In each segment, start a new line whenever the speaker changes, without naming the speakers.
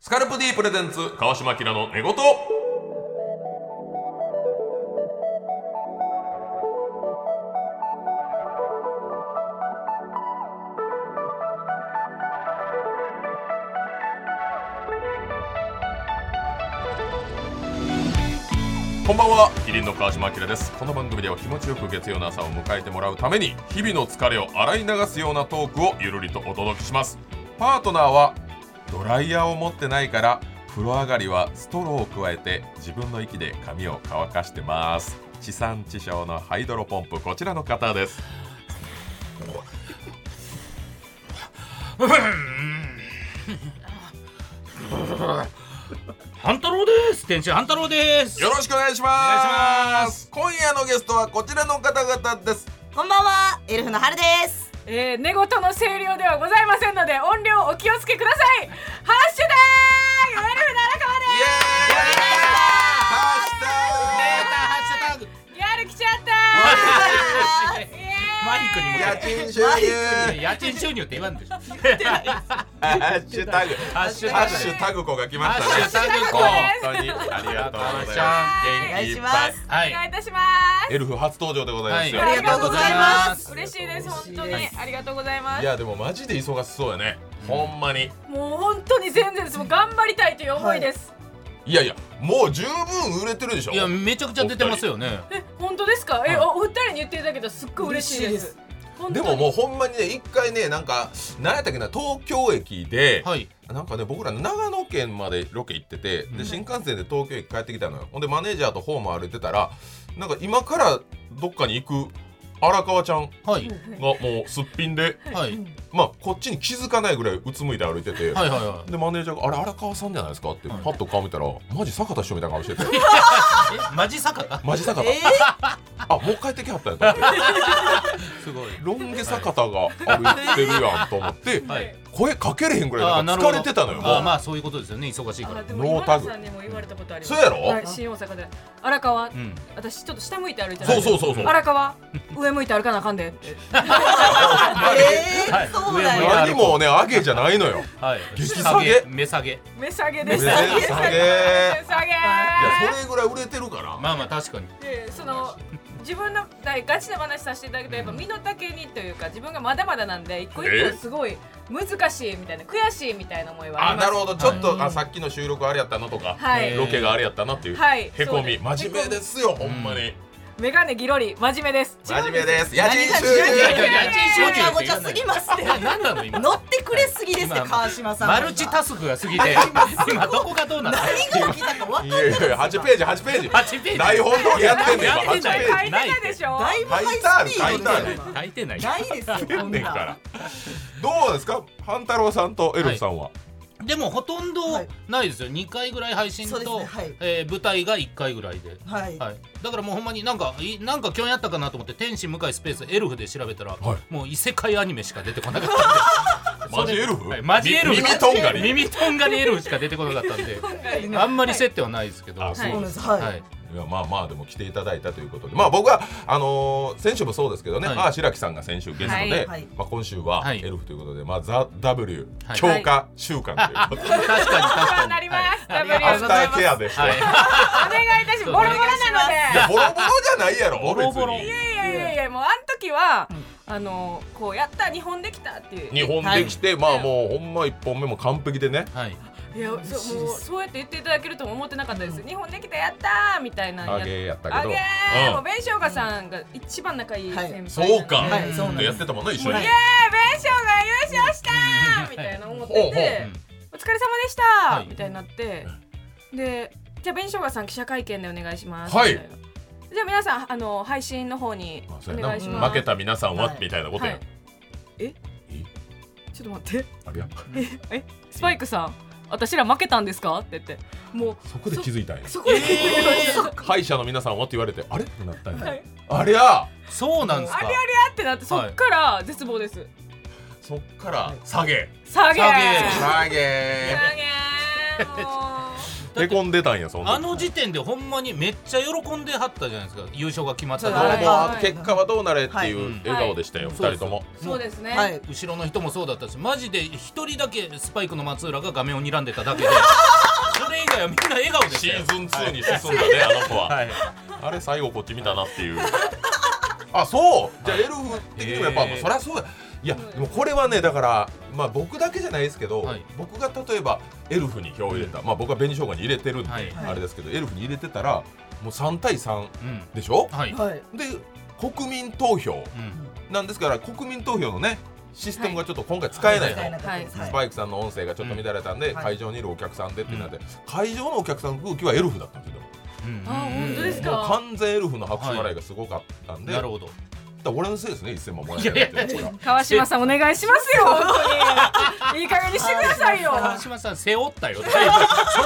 スカルプ D プレゼンツ川島明の寝言こんばんはキリンの川島明ですこの番組では気持ちよく月曜の朝を迎えてもらうために日々の疲れを洗い流すようなトークをゆるりとお届けしますパートナーはドライヤーを持ってないから風呂上がりはストローを加えて自分の息で髪を乾かしてます地産地消のハイドロポンプこちらの方です
半太郎です店長半太郎です
よろしくお願いします今夜のゲストはこちらの方々です
こんばんは、エルフの春です。
えー、寝言の声量ではございませんので音量お気をつけくださいハッシュタグエルフ奈良川
イエーイハ
ハッシュタグ
ですやる来ちゃったーイエ
マイクに
ッ
向けて
シュタグ家賃収入
家賃収入って言わんでしょハ
ハッシュタグ
ッシュ
ハ
タ
ッ
グ
シュタグ子が来ま
ハ
し
ッ
たね
シュタグこ
本当にありがとうございま
う
お願いしま
いっ
す。
は
ーイお願い
い
いたします
すエルフ初登場でございますよ、
はいありがとうございます
嬉しいです本当に
はい
ありがとうございま
い
す
やでもマジで忙しそうやね、ほんまに
もう本当に全然ですもう頑張りたいという思いです、
いやいやもう十分売れてるでしょ
いやめちゃくちゃ出てますよね
え本当ですかえ、おお二人に言っていただけたらすっごい嬉しいです
嬉しい
本当
で
に
ももうほんまにね一回ねなんか何やったっけな東京駅で、
はい
なんかね僕ら長野県までロケ行ってて、
う
で
ん
新幹線で東京駅帰ってきたのよほんでマネージャーとホーム歩いてたらなんか今からどっかに行く荒川ちゃんが
はい
もうすっぴんで
はいはい
まあこっちに気づかないぐらいうつむいて歩いてて、
はいは
でマネージャーが「あれ荒川さんじゃないですか?」って
はい
パッと顔見たら、マジ坂田師匠みたいな顔してて
いえマジ坂か
マジ坂田、
え
あもう帰ってきはったんやと思って
すごい
ロン毛坂田が歩いてるやんと思って、
はい
声かけれへんぐら
あ
い
ー
なん
な
か疲
るほど
れてたのよもう
あーまあそういうことですよね忙しいから
あでも
ノー
今
タ
田
グ
さんにも言われたことあります
そうやろ
はい、新大阪で荒川、
うん
私ちょっと下向いて歩いてたん
そ
で
うそうそうそう
荒川上向いて歩かなあかんで
え
はい
ー、そうだ
上
よ。
何もね上げじゃないのよ
はい
激下
下
げ
げ目下げ
目下げです
目下げ
目下げ
いやそれぐらい売れてるから、
まあまあ確かに
でその自分のだガチな話させていただくとやっぱ身の丈にというか自分がまだまだなんで一個一個すごい難しいみたいな悔しいみたいな思いはあ
あ
りま
な
す
るほどちょっと、あさっきの収録あれやったなとか、
はい
ロケがあれやったなっていう、
はい
へこ
そうで
み
す
真面目ですよほんまに、
メガネギロリ真面目です
真面目です家賃
何が
収
十
いやいや
入
い
分
や
がごちゃすぎますって。
何なの今
乗ってくれすぎですって
今
川島さん。
マルチタスクが過ぎて今どこがどうなの
何が起きたかわかん
い
ない
やい
です
や
よ。
8ページ8ページ
8ページ
台本通りやってんねん
や
今
って
8
ん
ペ
だ
ージ
よ
書いてたでしょ
だいぶハイスピードで
書
すよ。
書いてない
ないですよ。
や
こ
っ
ん
てん
な
からどうですか半太郎さんとエルフさんは、
でもほとんど
はい
ないですよ、2回ぐらい配信
そうです
と、
ねはい
えー舞台が1回ぐらいで、
はい。
はい、だからもうほんまになんかいなんか去年やったかなと思って天使向かいスペースエルフで調べたら、
は
もう異世界アニメしか出てこなかったん で
マジエルフ
それはいマジエルフ
み耳とんがり
耳とんがりエルフしか出てこなかったんであんまり接点はないですけど、
あ
そうです。
はい
はい。
いやまあまあでも来ていただいたということでまあ僕はあのー先週もそうですけどね、
はい
ああ白木さんが先週ゲストで、
はい
はい
まあ、今週はは
はい
エルフということで、まあ、ザ・ W
はい
強化週間ということで、
確かに確か
そう
に
なります
はい
W
あり
ア
が
フ
と
タ
うござい
ー
ます
ケアでした、い、
は
お願いいたしますボロボロなので
やボロボロじゃないやろ
ボロボロ
別
い
に
やいやいやいやもうあん時は、あのこうやった日本できたっていう
日本できて、まあもうほんま1本目も完璧でね
い、はい、
いや
嬉しい
そ
です
うもうそうやって言っていただけるとも思ってなかったです、日本できたやったーみたいな
あ
や
げやった
あ
け
げ
ど
ー、も
う
う弁償家さんが一番仲いい先輩なんで、
そうか、
もうイエーイ弁
はいそうなん
で
です
やってたもんね一緒に、
はい
償が優勝したーみたいな思ってて、
ほうほう
お疲れ様でしたー、
はい
みたいになってでじゃあ弁償家さん記者会見でお願いします
はい
みたいなじゃあ皆さんあの配信の方に
まあ、
お
そうや
願いしま
な
す
負けた皆さんは、
はい
みたいなことや、
はいえちょっと待って
あれや
えスパイクさん私ら負けたんですかって言ってもう
そこで気づいたんや
そこで、
歯医者の皆さんはって言われてあれってなったんや、
はい
あれや
そうなんですか
ありありあってなってそっから絶望です、
そっから下げ
下げ
下げ
下げ
下げもう
へこんでたんやそんな
あの時点でほんまにめっちゃ喜んではったじゃないですか優勝が決まった
ど
と
う
点
も
そう
か
はい
結果はどうなれってい
はいう
笑顔でしたよ、
は
二
い
人とも
そうですね、
はい
後ろの人もそうだったしマジで一人だけスパイクの松浦が画面を睨んでただけでそれ以外はみんな笑顔でし
シ
たよ
ーズン2に進んだね、あの子は、
はい
あれ最後こっち見たなっていうあそうじゃあエルフ的にもやっぱ、
へー
そりゃそうやいやでもこれはねだからまあ僕だけじゃないですけど、
はい
僕が例えばエルフに票を入れた、まあ僕は紅生姜に入れてるんで、
はい
あれですけどエルフに入れてたらもう3対3
うん
でしょ
はい、
はい
で国民投票
うん
なんですから国民投票のねシステムがちょっと今回使えないの、
使えなかったです
スパイクさんの音声がちょっと乱れたんで、
うんはい
会場にいるお客さんでってなって、会場のお客さんの空気はエルフだったんですよ
うん
あ本当です
でももう
か
完全エルフの拍手笑いがすごかったんで、
なるほど
だから俺のせいですね1000万もらえないっていうのは
川島さんお願いしますよ本当にいい加減にしてくださいよ
川島さん背負ったよだいぶ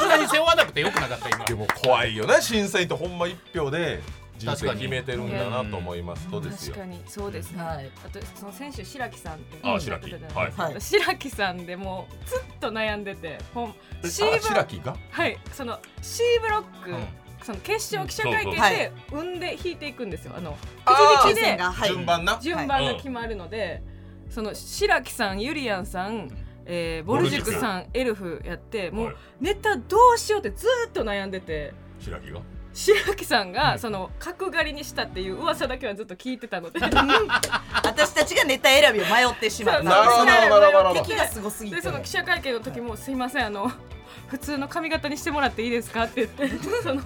そんなに背負わなくてよくなかった今
でも怖いよね審査員ってほんま1票で人生決めてるんだなと思いますとです
確
よ
かにそうですね、
はい
あとその選手白木さんって
あ白木はい
はい
白木さんでもうずっと悩んでてほん
あ
C ブロッ
白
ク
木が
はいその C ブロック、
うん
その決勝記者会見
そう
そう
で産んで引いていくんですよあの
あ
く
ー
じ引きで
はい
順番な
順番が決まるので、その白木さんゆりやんさん、えー、ボルジュクさんエルフやっても
はいう
ネタどうしようってずーっと悩んでて
白木が
白木さん
う
が
ん
その角刈りにしたっていう噂だけはずっと聞いてたので
私たちがネタ選びを迷ってしま った
なるほどなるほどなるほど
敵がすごすぎ
で
て
その記者会見の時も「すいませんあの普通の髪型にしてもらっていいですか?」って 言ってその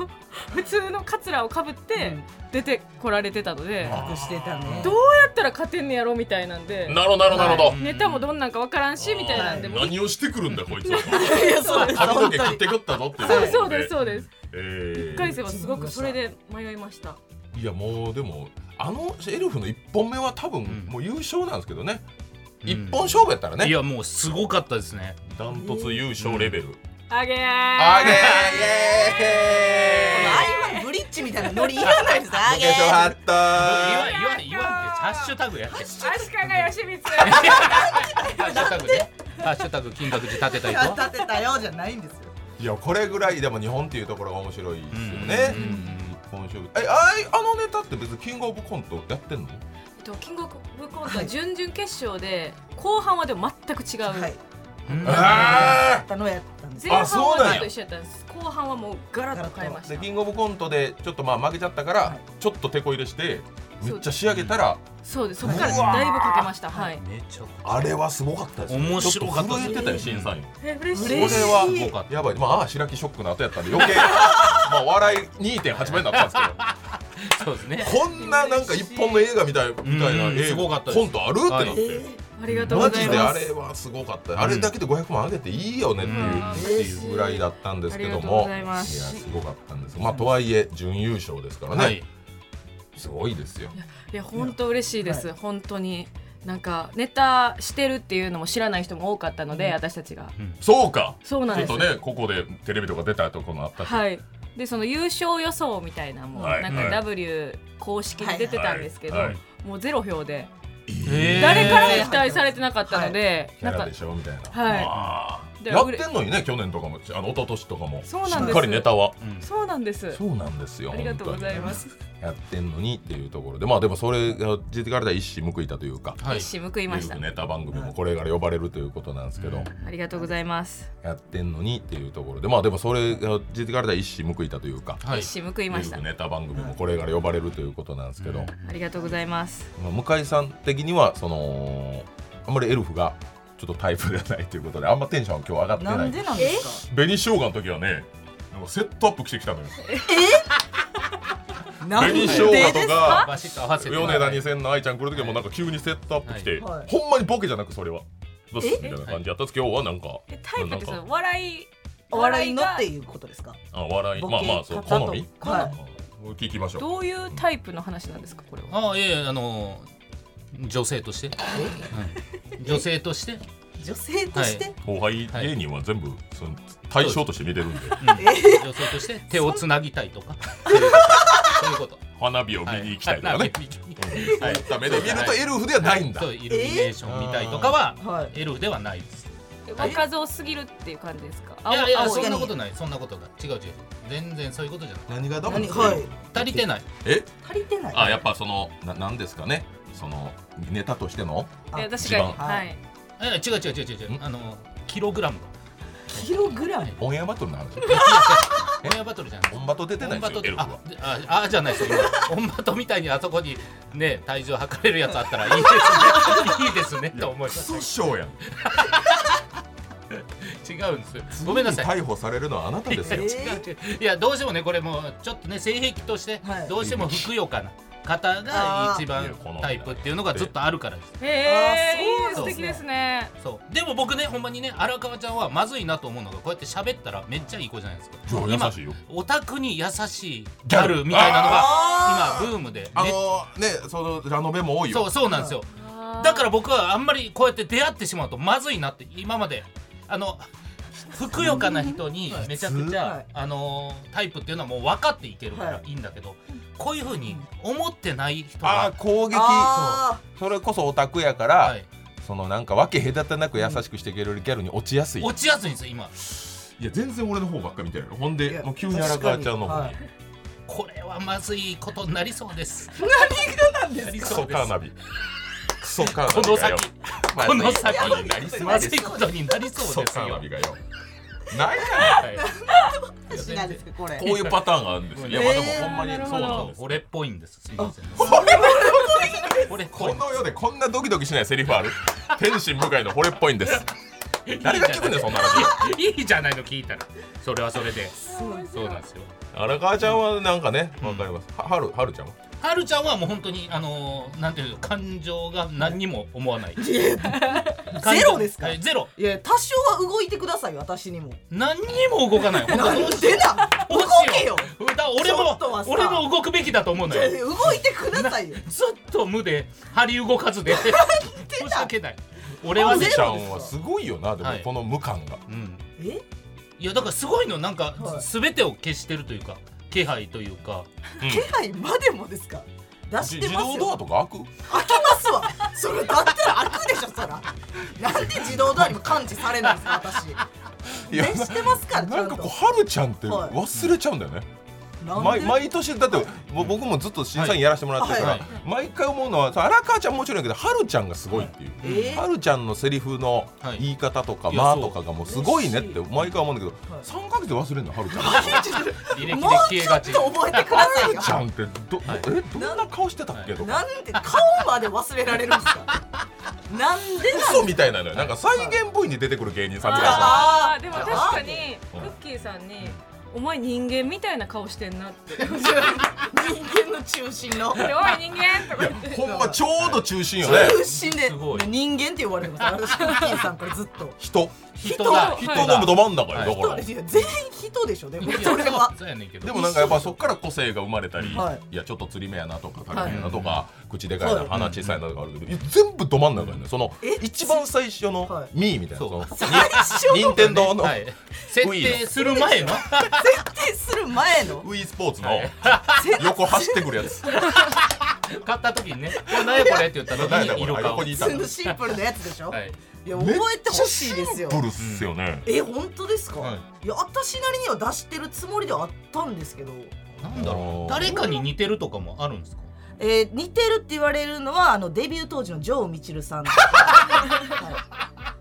普通のカツラをかぶって出てこられてたので、だ
隠してたね
どうやったら勝てんねやろみたいなんで、
なるほどなるほどなるほど、
はい
ネタもどんなんかわからんしみたいなんで、もう
何をしてくるんだこいつは
いや そうです
髪の
本
毛
当
切っ
に
てくったぞってい
そうそうですそうです
えー
一回戦はすごくそれで迷いました
いやもうでもあのエルフの1本目は多分
ん
もう優勝なんですけどね、
うん
一本勝負やったら
い
ね
やもうすごかったですね
ダントツ優勝レベル、
あげー
あげー
ああいうのブリッジみたいなノリいらないですあ
イ
げ
エーイロケーションハ
ー
ッタ
言
ー
わん言わん言わんってハッシュタグやって
足利義満
ハッシュタグねハッシュタグ金額寺立てたいと
立てたよじゃないんですよ
いやこれぐらいでも日本っていうところが面白いですよね、
うん
この勝負えあいあのネタって別にキングオブコントやってんの
えっとキングオブコント
は
はい準々決勝で、後半はでも全く違う、
はい
うん
あ
あ
ったのやったんです
前
よ
あ
半
そう
は
なんや
ずっと一緒やったんです後半はもうガラッと変えま
ー
し
で
た
キングオブコントでちょっとまあ負けちゃったから、
はい
ちょっと手こ入れして
そう
めっちゃ仕上げたら、
そうですそこからだいぶかけましたはい
めちゃくちゃ
あれはすごかったですよ
面白かった
ちょと震えてたよ審査員
え嬉しい
これ
嬉しい
は
すごかった
やばいまあああ白木ショックの後やったんで余計まあ笑い2.8倍になったんですけど
そうです ね
こんななんか一本の映画みたいみたいな
うん
映
すごか
画
ったです
コントあるってなって、
ありがとうご
マ
ざい
ジ
ます
であれはすごかった、あれだけで500万上げていいよねっていう,、
うん
っていうぐらいだったんですけども
ありがとうございます
やすごかったんですまあとはいえ準優勝ですからね、
はい
すごいですよ
いや本当嬉しいです、本当になんかネタしてるっていうのも知らない人も多かったので、私たちが
そうか
そうなん
ちょ
で
っ
す
とねここでテレビとか出たとこもあったし、
はいでその優勝予想みたいなもう、
はい
なんか
はい
W 公式に出てたんですけど、
はいはい
もうゼロ票で
えー
誰からも期待されてなかったので、
キャ
な
ラ
ん
で
か
しょみたいな、
は
あ
いで
やってんのにね去年とかもあの一昨年とかも
そうなん
し
です
っかりネタは
ーうん
そうなんです
そうなんですよ
ありがとうございます
本当にやってんのにっていうところでまあでもそれが出てから一矢報いたというか、
はい
一矢報いました
よくネタ番組もこれから呼ばれるということなんですけど、
ありがとうございます
やってんのにっていうところでまあでもそれが出てから一矢報いたというか、
はい
一矢報いま
よ
した
くネタ番組もこれから呼ばれるということなんですけど、
うん
ありがとうございます
まあ向井さん的にはそのあんまりエルフがちょっとタイプではないということであんまテンションは今日上がって
な
ない
んでなんです
紅生姜の時はねなんかセットアップしてきたのよ
かなんで
紅
です
生姜とか
バシッと合わせて
米田2000の愛ちゃん来る時もなんか急にセットアップし
は
て、
いはい
ほんまにボケじゃなくそれは。どうすみたいな感じやったんですけど今日はなんか
えタイプってそ
なん
の笑い
お笑いのって
が
いうことですか
あ笑い
ボ
まあ
ケ
まあそ
方
う
と
好み、
は
うん聞きましょう
どういうタイプの話なんですかこれは
ああいえいえあの女性として、はい女性として
い女性として
後輩芸人は全部その対象として見てるんで
女性として手をつなぎたいとかそういうことそういうこと
花火を見に行きたいとかね、
はいはい
そういった目で見るとエルフではないんだ、
そうイルミネーション見たいとかは、
はい
エルフではないです
若造すぎるっていう感じですか。
いやいや
青
そ
青
ん
い
なことないそんなことない違う違う全然そういうことじゃない
何がダメ
何はい
足りてない
え
足りてない
あやっぱそのななんですかねそのネタとしての
あ
え確かに
一
番
はい。
え違う違う違う違う違うんあのキログラムが
キログラム
オンエアバトルの話
オンエアバトルじゃない
オンバト出てない
オンバ
です
ト
よエルフは
あでああじゃないですよ今オンバトみたいにあそこにね体重測れるやつあったらいいですねいいですねと思いま
ク
す
ソショーやん
違うんですよごめんなさい
次に逮捕されるのはあなたですよ
え
違う違ういやどうしてもねこれもうちょっとね性癖として
はい
どうしてもふくよかな方が一
あ
番
ーいや
タイプっていうのがずっとあるからです
へえ
あ
素
そうですね
敵ですね。
そうでも僕ねほんまにね荒川ちゃんはまずいなと思うのがこうやって喋ったらめっちゃいい子じゃないですか
じゃあ
今
優しいよ
オタクに優しいギャルみたいなのが
あ
今ブームでめっ
あのねそのラノベも多い
そう
よ
そうなんですよだから僕はあんまりこうやって出会ってしまうとまずいなって今まであのふくよかな人にめちゃくち
は
ゃ
い、
あのータイプっていうのはもう分かっていけるから
はい
いいんだけど、こういうふうに思ってない人
あ
が、
ー攻撃
あ
それこそオタクやから、
はい、
そのなんかわけ隔てなく優しくしてくれるギャルに落ちやすい、
落ちやすいんですよ今
いや全然俺の方ばっかみたいなほん
い
で
や
もう急に荒川ちゃんの方
確
に、
か
これはまずいことになりそうです
何がなんです
なり
ク
そ
ソ
う
カーナビクソカーナ
こ
ビ
の
がよ
先この先
まずいことになりそうで
ま
すク
ずいことになりそ
ソ
うです
カ
よ
ーナビがよないや
はい
私なんですかこれ
こういうパターンがあるんですよいやまあでもほんま
えー
に
なる
そ
ほ
う
ど
なんです
俺っぽいんですすいません俺っぽ
こ
い
の世でこんなドキドキしないセリフある天心向かいの惚れっぽいんです誰が聞くねんそんな話
いいじゃないの聞いたらそれはそれでそうなんですよ
荒川ちゃんはなんかね
うん
わかりますははるはるちゃんは
はるちゃんはもう本当にあのー、なんていうの感情が何にも思わ ない
いや
感情
ゼロですか
はい、ゼロ
いや多少は動いてくださいよ私にも
何にも動かない本当
なんでだ動けよ
どうしだ俺
ちょ
も
っとはさ
俺も動くべきだと思うの
いや
よ
動いてくださいよ
ずっと無で張り動かずで申し訳ない俺は
は
ね
るちゃんはすごいよなでも
はい
この無感が
うん
え
いやだからすごいのなんか
はい
すべてを消してるというか気配というか
気配までもですか出
じ
して
自
ます
動ドア
よ
とか開く
開きますわそれだったら開くでしょそらなんで自動ドアにも感知されないんですか私
いや
ねしてますからち
な
ゃ
ん
ん
かことうはるちゃんって
はい
忘れちゃうんだよね
なん
毎
で
毎年だってもう僕もずっと審査員やらせてもらってるから、
はいはい
毎回思うのはそう荒川ちゃんもちろんやけどはるちゃんがすごいっていう、
えー
はるちゃんのセリフの
はい
言い方とか「
いや
まあ」
そう
とかがもうすごいねって毎回思うんだけど、
はい
3ヶ月で忘れるのはるちゃん。
履歴で
もう
消え
ちょ
が
っ
ち
と覚えてくださいよ
ちゃんってど、
はい
えどんな顔してたっけ、とか
なんで顔まで忘れられるんですかなんで なん
嘘みたいなのよなんか再現 V に出てくる芸人さんみたいな
あ
あ
ー
ー
でも確かに
あー
クッキーさんに「お前人間みたいな顔してんな」って「
人間の中心の
おい人間!」とか言って
ほんまちょうど中心よね
中心です
ごい
人間って呼ばれてます私クッキーさんからずっと
人
人だ
人
人
のもど真ん中よ、
はい
だから
いや全員人でしょでも
いや
それは
そうやねんけど
でもなんかやっぱそこから個性が生まれたり、、
はい
やちょっと釣り目やなとか
い
食べ目やなとか、口でかいな
はい
鼻小さいなとかあるけど、いや全部ど真ん中やねその
え
一番最初の
はい
ミーみたいな、
そう
そ
最初
の任天堂の
はい、設定する前の
設定する前の
Wii スポーツの横走ってくるや つ
買った時にね「これ何やこれ?」って言ったら
何
い
だ
い
こ
色
れ
顔
横
は
に
い
いた
普
の
通のシンプルなやつでしょ、い、や覚
めっ
えてほしいですよ
ブルっすよね、
え本当ですか、
はい
い、や私なりには出してるつもりではあったんですけど
なんだろ
おー
う誰かに似てるとかもあるんですか
えー似てるって言われるのはあのデビュー当時のジョー・ミチルさん とか、は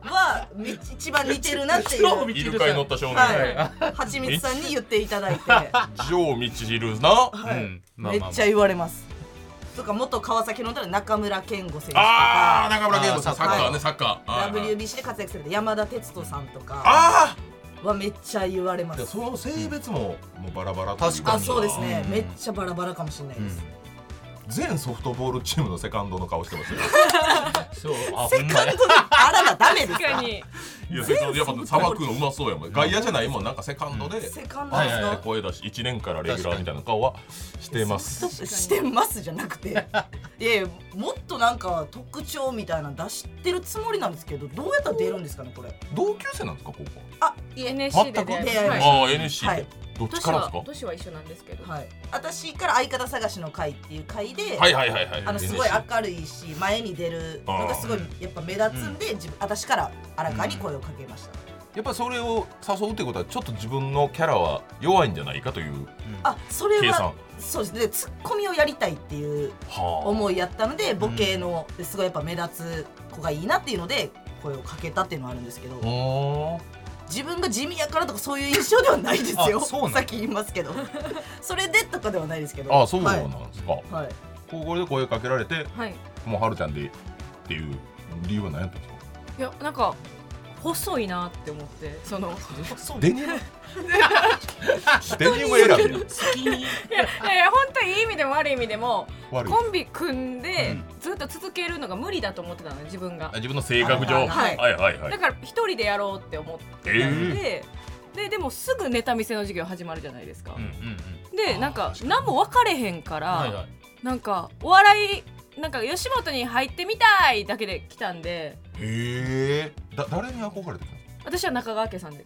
い、はみ一番似てるなっていう
超見
イ
て
ル
る
カに乗った少年、
は
はい
い、はちみつさんに言っていただいて、
ジョー・ミチルな
は
う
い
んまあまあまあ
めっちゃ言われますとか元川崎の歌で中村健吾選手と
ああ
か
中村健吾さんサ
あ
ッ
ー
カーねサッカーはいはい
WBC で活躍された山田哲人さんとか
あ
はめっちゃ言われま
あ
す
その性別ももうバラバラ
確か
あ
に
そうですね
うん
めっちゃバラバラかもしれないです、
全ソフトボールチームのセカンドの顔してますよ
そうあほんまや
あららダメです
確
か
かに
いやセカンドやっぱさばくのうまそうやもん外野じゃないもんなんかセカンドで、
セカンド
はい
で
はいは
す
声出し1年からレギュラーみたいな顔はしてます
かしてますじゃなく ていやいやもっとなんか特徴みたいなの出してるつもりなんですけどどうやったら出るんですかねこれ
同級生なんですか高校
あいえ
NSC で
全く
出会い
出会いま
はい
ああ NSC で、
はい
どどっち
年
からです
は
か
年は一緒なんですけど、
はい、私から相方探しの会っていう会で、
はいはいはいはい
あのすごい
NSC
明るいし前に出るのがすごいやっぱ目立つんで、自分私から荒川に声をかけました、
やっぱそれを誘うってことはちょっと自分のキャラは弱いんじゃないかという
あそれ
計
は
算
そうですねツッコミをやりたいっていう
は
思いやったのでボケのすごいやっぱ目立つ子がいいなっていうので声をかけたっていうのはあるんですけど
あは
自分が地味やからとかそういう印象ではないですよ
あそうなん
さっき言いますけど それでとかではないですけど
ああそうな
はい
んですか、
はい
ここで声かけられて
はい、い
もうはるちゃんでっていう理由は何やったんですか
やなんか細いなって思ってその
そう
デニムデニム選びや
好きに
いやいやいや本当にいい意味でも悪い意味でも
悪い
コンビ組んで
う
ずっと続けるのが無理だと思ってたのよ自分が
あ自分の性格上は
はいい
はいは
だ
い
から一人でやろうって思ってたんで、ででもすぐネタ見せの授業始まるじゃないですか、
うんうん
でなんか何も分かれへんから、
はいはい
なんかお笑いなんか吉本に入ってみたいだけで来たんで
へえだ誰に憧れてたんですか
私は中川家さんです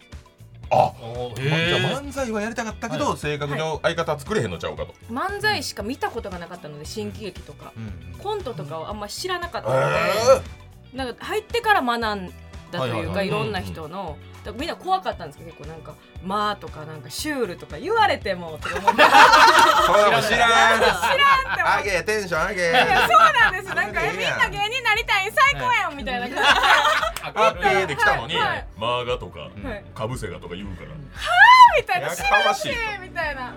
あ
おー
まじゃ
へ
あ漫才はやりたかったけ
は
ど性格上相方は作れへんのちゃうかと
漫才しか見たことがなかったので新喜劇とか
ーうん
コントとかをあんま知らなかったので、
え
なんか入ってから学んだと
はい
い
はいうは
か
い
いろんな人のだからみんな怖かったんですけど結構なんか「まあ」とか「なんかシュール」とか言われてもとか思って知
ーそれも知らん
らんって思っ
上
て。
げテンション上げ
いやそうなんですなんか
そ
え
れ
み
でいい
ん
やん
な芸人になりたい最高やんみたいな感
ハッピーで来たのに
はいはい
マーガとか
じで、はい、
かぶせがとか言うから
みたいな
や
知
からま
ん
し
し
い
みたいな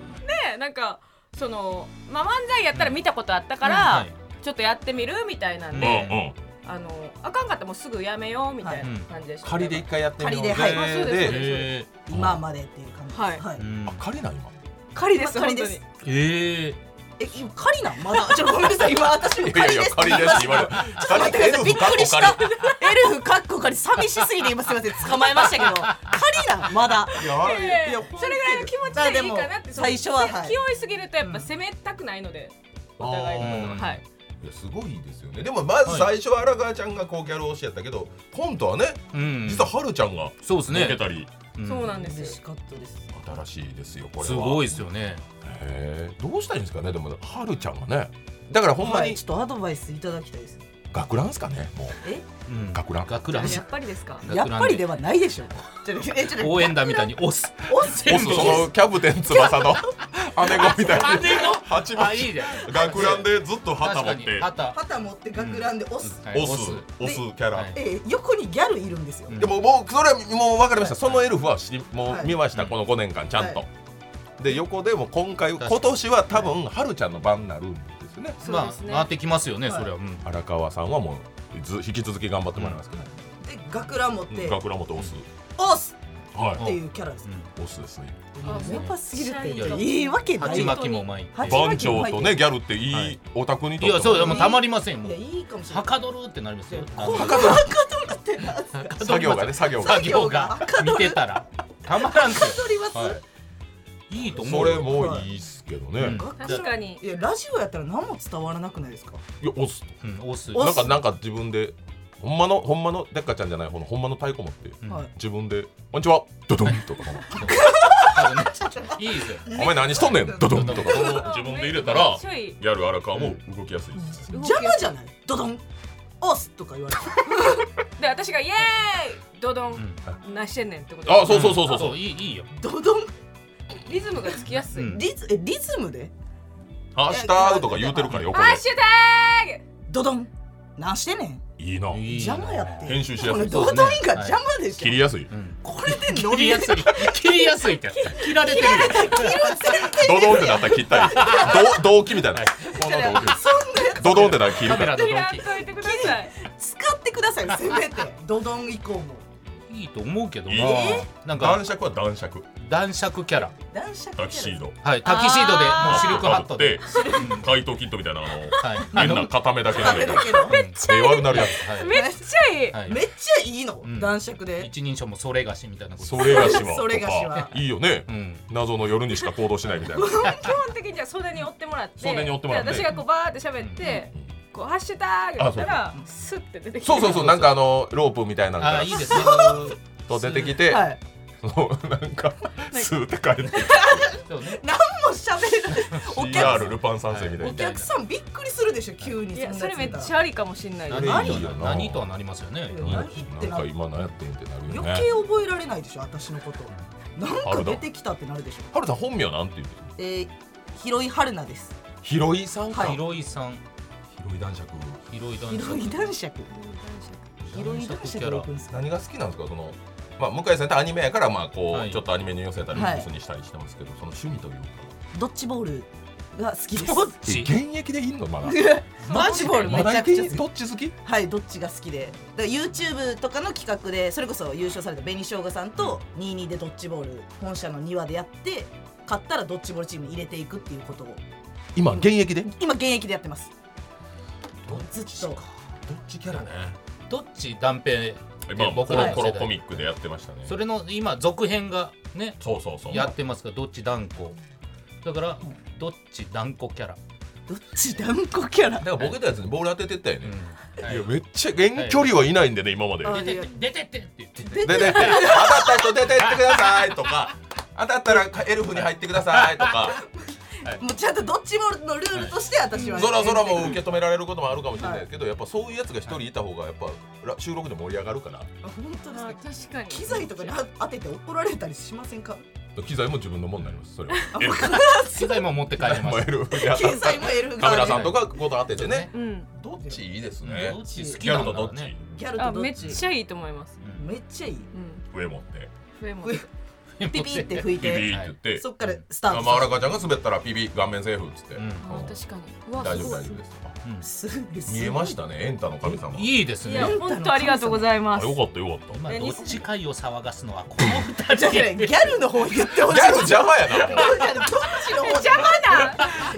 でなんかその、まあ、漫才やったら見たことあったから、
はい
ちょっとやってみるみたいなん
う
で、
んうん
あのあかんかったらもうすぐやめようみたいな感じでした、
仮で一回やってみよう
仮ではい
あそうですそうです
へ
今までっていう感じです
はい
はい
ー
あ仮なん今
仮です
今
本
仮
当
で
に
す
へえ
え、今仮なんまだちょごめんなさい今私も
いや
仮
い
で
や
す
仮ですって言われ る
ちょっと待ってくださいびっくりし
仮
たエルフかっこ仮寂しすぎて今すいません捕まえましたけど仮なんまだ
いや
いやいや
いや
それぐらいの気持ちでいいかな
で
って
も最初ははい
気負いすぎるとやっぱ攻めたくないので、
うん
お互いのこと
あ
は
ー
はい
いやすごいですよねでもまず最初は荒川ちゃんがこうギャル推しやったけどコントはね
うん
実ははるちゃんが
そうです
受け
ね
たり
そうなん
で
ですよ
嬉しかったです
新しいですよこれは
すごい
い
ですよね
どうしたらいいんですかねでもはるちゃんがねだからほんま
はい
に
ちょっとアドバイスいただきたいです
学ランですかねも
え
うん
う学ラン
学ラン
あやっぱりですか
やっぱりではないでしょちょっとえちょっと
応援団みたいに押す
おっせ
ボスそのキャプテン翼の 姉子みたいな
姉子
八
あ
番
いいね
学ランでずっと旗持
確か
っ
に
て
旗
旗持って学ランで押す、
はい
押す押すキャラ、
はい
え横にギャルいるんですよ、
うん
でももうそれはもう分かりました、そのエルフは知りも
は
う
い
見ました、この5年間ちゃんと、
は
で横でも今回
か
今
に
年は多分はるちゃんの番になるんですね
そう
ま
です
あ
ね
回ってきますよね
はい
それはうん
荒川さんはもうず引き続き頑張ってもらいますけど、
で学ラン持って
学ラもとオス、
押す
は
っていうキャラです、
う
いオスですね
あ
やっぱすぎるっ
め
て
っ
ちゃいい
いいわけ
ん
ない
鉢
い
巻きも巻いて
はい
番長とねギャルってい
はいい
オタクにと
い
って
やそうだよ
も
もうたまりませんも
や
う
いいかもしれな
はいかどるってなりますよ
こうは
あ
かどるはかどるって なんすか
の
作業がね作業が
作業が見てたらたまらんすよ
踊ります、
はい
いいと思
そうれ
よ
もいいっすけどね、
うん
学ラン
確かに
いやラジオやったら何も伝わらなくないですか
いやオス
うん押す
押
なん
す
かなんか自分でほんまのほんまのでっかちゃんじゃない方のほんまの太鼓持って
うん
はい
自分で「こんにちはドドン」とか
多分ね いいですよ
「お前何しとんねんドドン」とか自分で入れたら
ちょい
やる荒川も動きやすいです。
邪魔じゃないドドン押すとか言われ て
で私がイエーイドドン、なしてんねんってこと
あ そうそうそうそうそう
いいいいよ
ドドン
リズムがつきやすい、
うん
リズえリズムで
「明日会う」とか言うてるから横
ハッ
で
シュタグ
ドドンなんしてねん
いいない
い
邪魔やって
編集しやすい
この
そう
ド
で
ドン
すね
が邪魔でしょ、
切りやすい
うん
これで乗
切り
り
やすい切りやすいって切られてるよ
ドドンってなったら切 ったりど動機みたいな
はい
この動機ドドンってなったら切る
カ
か
メ
ら
ラの
切
ドン
らんといてください
使ってくださいせ めてドドン以降も
キいいと思うけどない
い
なんか
男爵は男爵
男爵キャラ
男爵
タキシード
はいタキシードでもうシルクハットで
うん怪盗キットみ たいなあの
はい
変な固めだけ
ダメ
で
だけど
めっち
平和になるやつ
めっちゃいい、
はい
めっちゃいいの、
うん
男爵で
一人称もそれがしみたいなこと
それがしは
それがしは
とかいいよね
うん
謎の夜にしか行動しないみたいな
基本的にじゃあ袖に追ってもらって
袖に追ってもらって
で私がこうバーって喋って、こうハッシュタグだったらスッて出てき て
そうそうそうなんかあ のロープみたいなのか
あ
ら
いいですね
と出てきて
はい
そうなんかスーって帰って
そうね
何も喋るお客さ
CR ルパン三世みた
ん
い
お
に
客さんびっくりするでしょ急に
い
そん
や
な
それめっち
ゃ
ゃありかもしんないよ
あれ
何と
いいよな
何とはなりますよね
いや
う
何
んなんか今何やってんってなるよ
余
ね
計覚えられないでしょ私のこと
あ
なん
る
か
だ
出てきたってなるでしょ
はるさん本名なんて言うんですか
えー、広い春菜です
ひろいさんか
はい
ひろ
広いさん
い男爵
広い男爵
広い男爵広い男爵
キャラ
で行くんですか
何が好きなんですかそのまあ向井さんってアニメやからまあこう、
はい
ちょっとアニメに寄せたりミ
はい
ックスにしたりしてますけど、その趣味というか
ドッジボールが好きです
どっ
え
ち
現役でいんのまだ
マジで
め
ま
ち
だ
ゃくちゃ
現
好
役
き
どっち好き
はいどっちが好きでだから YouTube とかの企画でそれこそ優勝された紅しょうがさんと22でドッジボール本社の庭でやって勝ったらドッジボールチームに入れていくっていうことを
今現役でど
今現役でやってますずっと
っちキャラね
どっち断平
まあ
僕
コ
ら
ロ
の世代
コロコミックでやってましたね
それの今続編がね
そうそうそう
やってますがどっち断固だからどっち断固キャラ、
どっち断固キャラ
だからボケたやつにボール当ててったよね、
うんはい
いやめっちゃ遠距離はいないんでね今まで、
はい
出てって出てってって言ってんだ
出
よ
てって当たった人出てってくださいとか当たったらエルフに入ってくださいとか
もうちゃんとドッジボールのルールとして私は
そらそらもう受け止められることもあるかもしれないですけど、やっぱそういうやつが一人いた方がやっぱら収録で盛り上がるから
あ本当ですか
あ確かに
機材とかに当てて怒られたりしませんか
機材も自分のもんになりますそれは
機材も持って帰りま
もうエ
す
ルフに当
経
たった
済もエルフ
カメ
が
ラさんとかこと当ててね
うん
どっちいいですね
ねどっち好き
ギャル
なんだ
とど
ろ
っ
う
ち
ね
ギャル
あ
とど
め
っ
っ
ち
ちゃいいと思います
めっちゃいい
うん
上持って
増えも
ふピピって吹い
ピビ
て
ーって言って
そっからスタート
マラカちゃんが滑ったらピビ顔面セーフっつって、
うん
あ確かにうわ
大丈
す
夫
ごい
大丈夫で
す
す
ごいすごい
見えましたねエンタの神様
いいです
い
ね
や本当ありがとうございま
あ
す
よかったよかった
今どっちかいを騒がすのはこの二
じゃ
人
あギ
で
ャルの方言ってほしい
ギャル邪魔やな
どっちの方
邪魔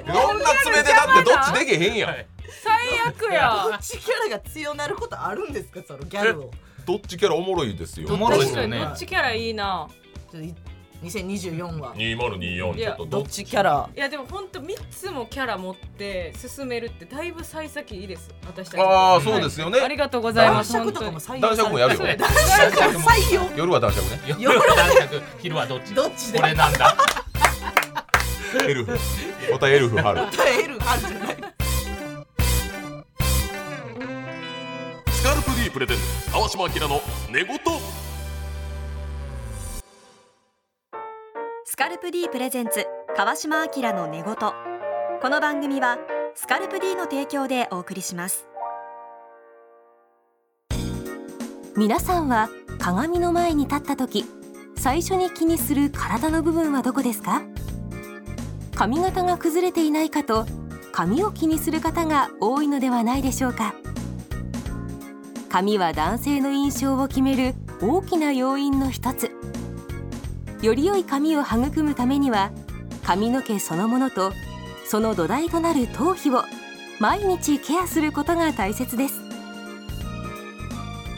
だ
どんな爪でだってどっちでけへんやん
最悪
ど
や
っちキャラが強なることあるんですかそのギャルを
どっちキャラおもろいですよ
おもろいで
確
す
か
よ
に
ね
どっちキャラいいな
ちょっとい2024は
2024ちょっと
どっちキャラ
いやでも本当三つもキャラ持って進めるってだいぶ幸先いいです私たち
ああ
は
そう
い
ですよね、
ありがとうございま
男
す本
爵と
当
かも
に
採用
男爵もやるよ
そう
ね
です
男爵も採用
夜は男爵ね
夜は男爵昼はどっち
どっちで
これなんだ
エルフ答えエルフ春
答えるあるじゃない
スカルプ D プレゼンツ川島明の寝言
スカルプ D プレゼンツ川島明の寝言この番組はスカルプ D の提供でお送りします皆さんは鏡の前に立った時最初に気にする体の部分はどこですか髪型が崩れていないかと髪を気にする方が多いのではないでしょうか髪は男性の印象を決める大きな要因の一つより良い髪を育むためには髪の毛そのものとその土台となる頭皮を毎日ケアすることが大切です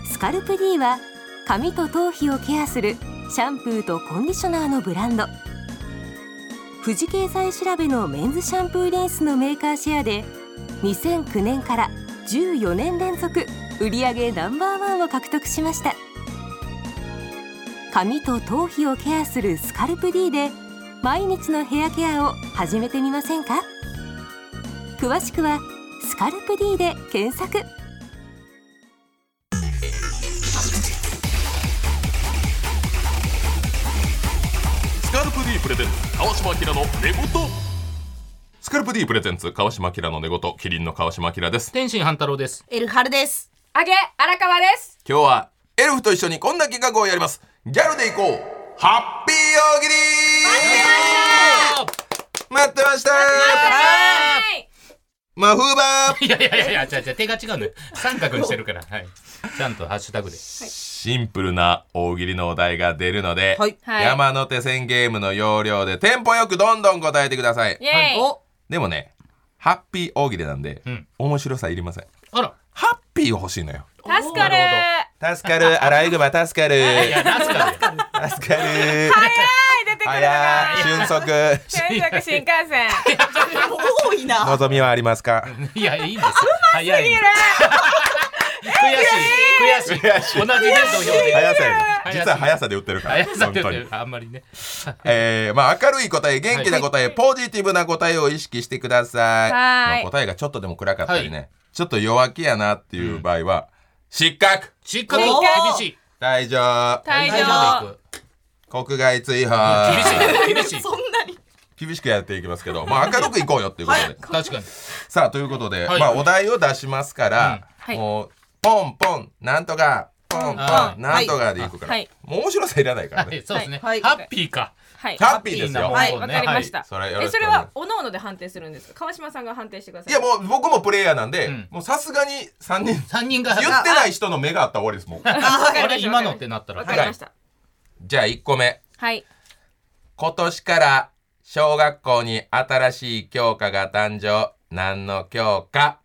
スカルプ D は髪と頭皮をケアするシャンプーとコンディショナーのブランド富士経済調べのメンズシャンプーリンスのメーカーシェアで2009年から14年連続売上ナンバーワンを獲得しました髪と頭皮をケアするスカルプ D で毎日のヘアケアを始めてみませんか詳しくは「スカルプ D」で検索
スカルプ D プレゼンツ川島明の寝言スカルプ D プレゼンツ川島明の寝言キリンの川島明です
天心半太郎です
エルハルです
あげ荒川です
今日はエルフと一緒にこんな企画をやりますギャルで行こうハッピー大喜利待ってました
はい
マフーバー
いやいやいやいや、じゃじゃ手が違うのよ。三角にしてるから、はい。ちゃんとハッシュタグで。
シンプルな大喜利のお題が出るので、
はい
はい
山手線ゲームの要領でテンポよくどんどん答えてください
イエーイ
お
でもねハッピー大喜利なんで、
うん
面白さいりません
あら。
ハッピーが欲しいのよ
助かる
な
助か るアライグマ助かる
いや、なんすかね。
助かる
はい出てくるな
早い瞬足
先着 新幹線
多いな
望みはありますか
いや、いいんですよ。早い。
いる
悔しい悔しい同じ伝統表で
速さよ
速
り
さ
実は速さで打ってるから
早さって言って
本当
る
に
あんまりね
えーまあ、明るい答え元気な答え、ポジティブな答えを意識してください、
はい
まあ答えがちょっとでも暗かったりね、ちょっと弱気やなっていう場合は、失格
失格
おー
厳しい
退場
退
退
場でい
場
く
国外追放
厳しい厳しい
そんなに
厳しくやっていきますけど、まあ、明るくいこうよっていうことで、
確かに
さあということで、
はい
まあ、お題を出しますから、
うんはい
もうポンポンなんとかポンポン
あ
なんとかでいくから、
はい
もう面白さいらないから
は
ね、
いそうですねハ
はい
ッピーか
はい
ハッピーですよ、
はい
い
わかりました
それよろ
え
しく
そ
お
れ
願いします
はおのおので判定するんですか川島さんが判定してください
いやもう僕もプレイヤーなんで、
うん
もうさすがに3人
三人が
言ってない人の目があったら終わりですもん
わかり
あ
ました
れ今のってなった
わ
ら
かりました
じゃあ1個目
はい
今年から小学校に新しい教科が誕生何の教科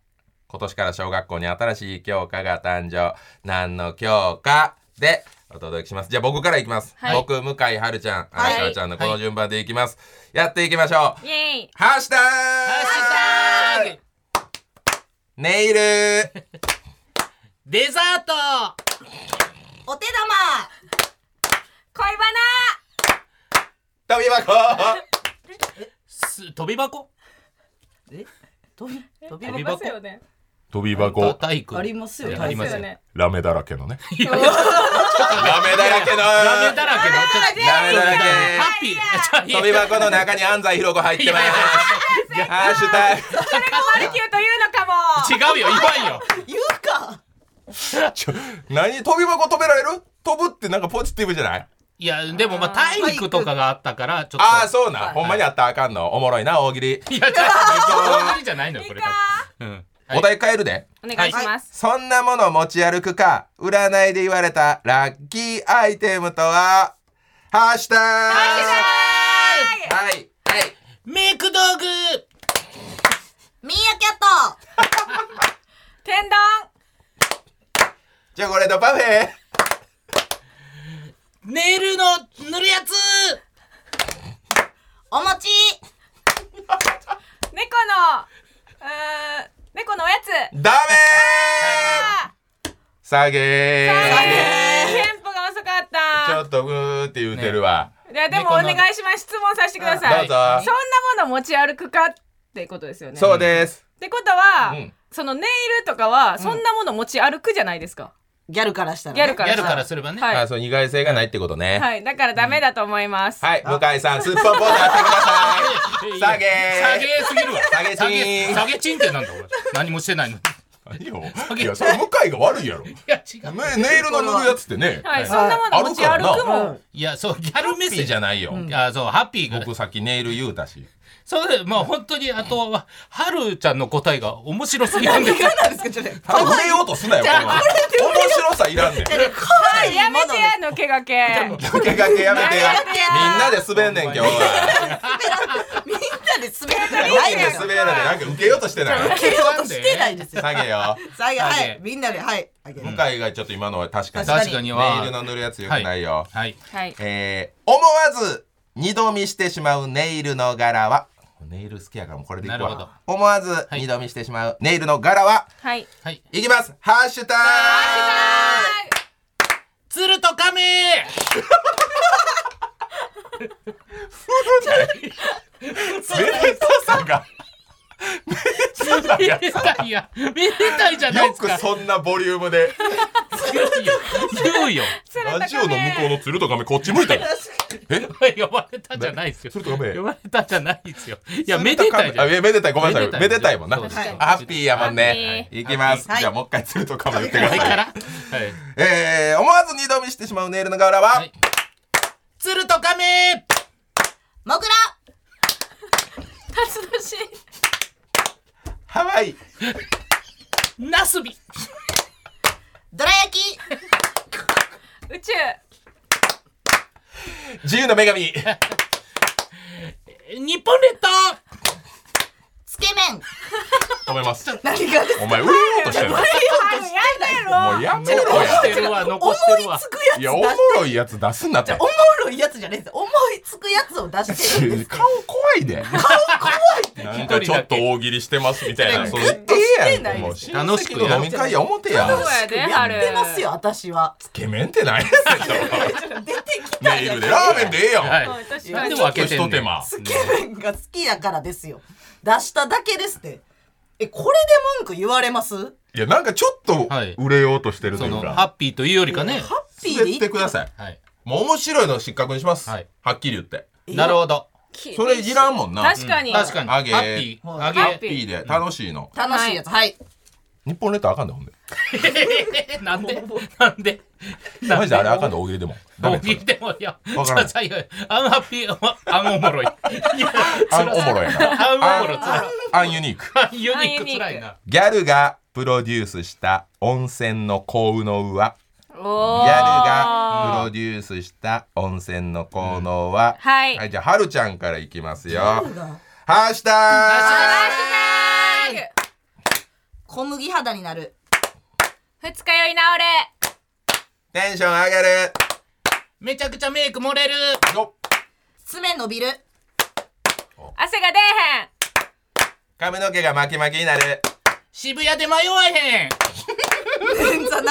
今年から小学校に新しい教科が誕生何の教科でお届けしますじゃあ僕からいきます、
はい
僕向井春ちゃん
はい
荒川ちゃんのこの順番でいきます、やっていきましょう
イエーイ
ハッシュタグ
ハッシュタグ
ネイ ル
デザート
お手
恋バ
飛び箱
す飛び箱
玉え飛び飛び
飛び
ナあ
箱
りますよね
飛び
体育
ありますよ
いや
あ
あ
あ
り
り
ま
ますす
よ
よ
ね
ね
ラメだらけのね
いやいや
ラメだらけの
ラメだらけのちょっと
ラメだら
ハッピ ー
け飛び箱の中に安西ひろ子入ってますハッシュタグ
マルキューというのかも
違うよ言わんよ
言うか
ちょ何飛び箱飛べられる飛ぶってなんかポジティブじゃない
いやでもまあ体育とかがあったからちょっと
ああそうな、
はい
ほんまにあったらあかんのおもろいな大喜利、
いや、じゃあ、大喜利じゃないのよ、これ
いい。か
多分うん
お題変えるで
お願いします
そんなもの持ち歩くか占いで言われたラッキーアイテムとはハッシュタグ
はい
はいはい
メイク道具
ミーアキャット
天丼
チョコレートパフェ
ネイルの塗るやつ
お餅
猫のうーん猫のおやつ
ダメー
あ
下げ
ー
ー
テンポが遅かった
ちょっとグーって言うてるわ、
いやでもお願いします質問させてくだ
ど
さ
うぞ、
いそんなもの持ち歩くかってことですよね
そうです
ってことは、
うん
そのネイルとかはそんなもの持ち歩くじゃないですか、
ギャルからしたら、ね、
ギャル
ギ
から
ャル
さ
からすればね。
はい
あそう意外性がないってことね、
はいだからダメだと思います、
はい、向井さん、スーパーボールやってください。下げ
下げすぎるわ。
下げチン
下げチンってなんだ、俺。何もしてないのに。い
何よ
げ
いや、それ向井が悪いやろ。ね
や、違う。
ネイルの塗るやつってね。
はい
はい
そんなもの持ち歩くもん、
いや、そう、ギャルメッ
ピ
セー
ー
ジ
じ。ゃないよ。
あそうハッピーが
僕さっきネイル言うたし。
そうでまあ本当にあとははるちゃんの答えが面白すぎるんで
何がなんですかちょっとね
触れようとすなよ。これは面白さいらんねん。
可愛い
や
も
め
の
てや抜けがけ
抜け駆けやめてや
や。
みんなで滑んねん、今日は。
みんなで滑ら
みん
ない
な
で
です滑らない。なんか受けようとしてない。
受けようとしてないですよ
下げよ。
最後
下
は
げ
いみんなではいあげる
向井がちょっと今のは確かに。
確かには
ネイルの塗るやつよくないよ。
はい
はい
えー、思わず二度見してしまうネイルの柄はネイル好きやからもうこれでいく
なるほど
わ思わず二度見してしまうネイルの柄は、
はい
はい
い、きますハッシュタグ
鶴と亀
めでたさ が
いやいやめでたいじゃない
よ
ですか
くそんなボリュームで
言うよ言うよ
鶴と 亀
ラジオの向こうの鶴と亀こっち向いたよえ
呼ばれたじゃないですよ
鶴と亀
呼ばれたじゃないですよいやめでたいじゃ
あ
ん
いやめでたいごめんなさいめでたいもんな
そうです
はい
そうです
ハッピーやもんね
ハッ
いきます、
はい
じゃあもう一回鶴と亀言ってくだ
はいか
さい、
らはい
えー、思わず二度見してしまうネイルの柄は、
はい鶴と亀
もぐら
辰年
ハワイ
なすび
どら焼き
宇宙
自由の女 神
日本列島
つけ麺
止めます
何がです
お前売れようとしてるの
はいや
もうやめ ろ
残
や
してるわ
思
残
い
してるわ
つく
い
や
や、お
つ
も
出し
ろいやつ出すなって。
おもろいやつじゃないです思いつくやつを出してる んです
顔怖いで。顔怖いなんかちょっと大喜利してますみたいな。
そ
そ
れ
の
グッとし
や
やっ
ん
てな
け
い
も
で
う
す
下
よ
の式の飲み会や表やん
そうやで
やってますよ私は
つけ麺ってないですよ
出てきた
メ
じ
ー
ゃない
ルでラーメンでええやん、
はい
はい確
な
か
んで
に
分けてんねん
一手間
つけ麺が好きやからですよ出しただけですってえこれで文句言われますハ
いやなんかちょっと
はい
売れようとしてると
そ
い
の
う
ハ
か、
ッピーというよりかね
ッピー
滑
で
ってください
はい
もう面白いのを失格にします、は
はい
っきり言って
い
なるほど
それいらんもんな
確かに
確かに
あ
ハ
げ
ッピーあ
ハ
ハ
げ
ッピーで楽しいの、
楽しいやつはい
日本列島あかんでほんで
なんでなんで
マジであれあかんで大喜利でもダメ
大喜利でもいや、
わからん
ちゃちゃいやアンハッピー、アンおもろい。いや、
あんおもろいな
アンおもろつらい。
アンユニーク
アンユニークつらいな。
ギャルがプロデュースした温泉の幸運の輪
ギ
ギャルがプロデュースした温泉の効能は、
はい
じゃあはるちゃんからいきますよ
ルが
ハッシュタグ
小麦肌になる
二日酔い直れ
テンション上がる
めちゃくちゃメイク漏れる。
よっ
爪伸びる
汗が出
髪の毛が巻き巻きになる
渋谷で迷わへん。
便座治る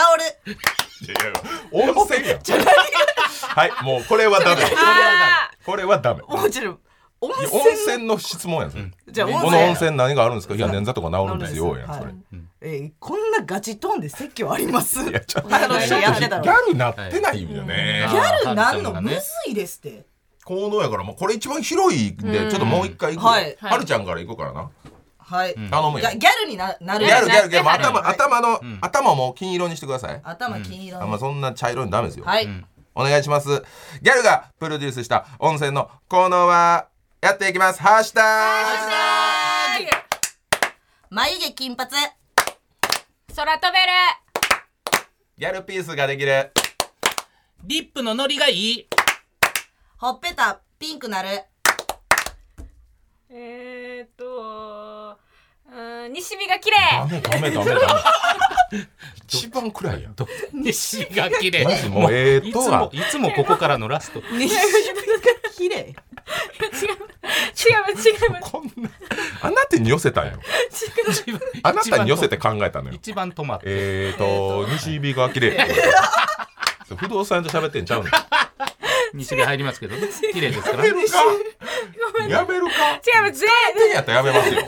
温泉やんはいもうこれはダメ
えへんあ
これはダメ
もちろん温
いや
泉
温泉の質問やんそれ
じゃあ温
こ
泉
の温泉何があるんですかいや捻挫とか治るんですよ
治る
や
んで
ん
す
それ
はいえーこんなガチトーンで説教あります
いやちょっと
楽しいやって
ギ
た
ャ
の
ルなってないよね
はい
ギャルなん
あ
の
ーはるちゃんが
む
ね
ずいですって
効能やからもうこれ一番広いんでちょっともう一回いくわ
はい
はるちゃんからいこうからな
はい
ん
頼む
ギ
よ
ャギャルにななる
ギャルギャルギャル
はい
頭
はい
頭の
ん
頭も金色にしてください
頭金色
あんま
の
そんな茶色にダメですよ
はい
ん
お願いしますギャルがプロデュースした温泉のコーナーはやっていきますハッシュタグ
ー
眉毛金髪
空飛べる
ギャルピースができる
リップのノリがいい。
ほっぺたピンクなる
えーっとうーん西日が綺麗
ダメダメダメダメ一番暗いやん
西が綺麗。
マジもうええ
いつ
とは
も、いつもここからのラスト。
西綺麗
違う違う違う
こんなあなたに寄せたんよあなたに寄せて考えたのよ
一番止まって。
えーと西日が綺麗不動産屋と喋ってんちゃうの
西が入りますけどね。綺麗ですから。
やめるかやめるか
違う全
変やったらやめますよ
違う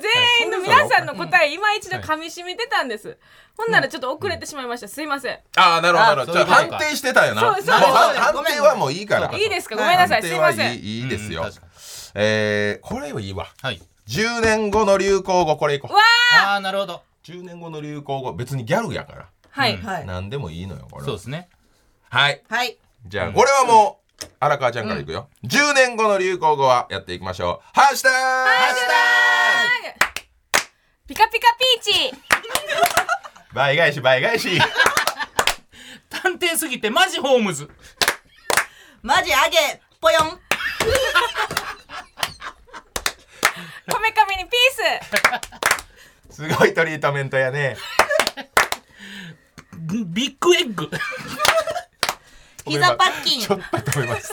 全員の皆さんの答え今一度噛み締めてたんですほんならちょっと遅れてしまいましたすいません
ああなるほどなるほどじゃあ
あそういうこと
判
か
定してたよなもう
そうそうそう
は判定はもういいから
そう
いいですかごめんなさいすいませ
判定はい
ん
いいいですよ
うん確かに
えーこれはいいわ
はい。
10年後の流行語これいこう
ああ、なるほど。
10年後の流行語別にギャルやから
はい
はい
何でもいいのよこれは
そうですね。
はい
はい
じゃあこれはもう荒川ちゃんからいくよ10年後の流行語はやっていきましょうハッシュタグハ
ピカピカピーチ
ッシュタグ倍返し倍返し
探偵すぎて、マジホームズ。
マジ上げぽよん
こめかみにピース
すごいトリートメントやね
ビッグエッグ。
膝パッキン
ちょっと止めます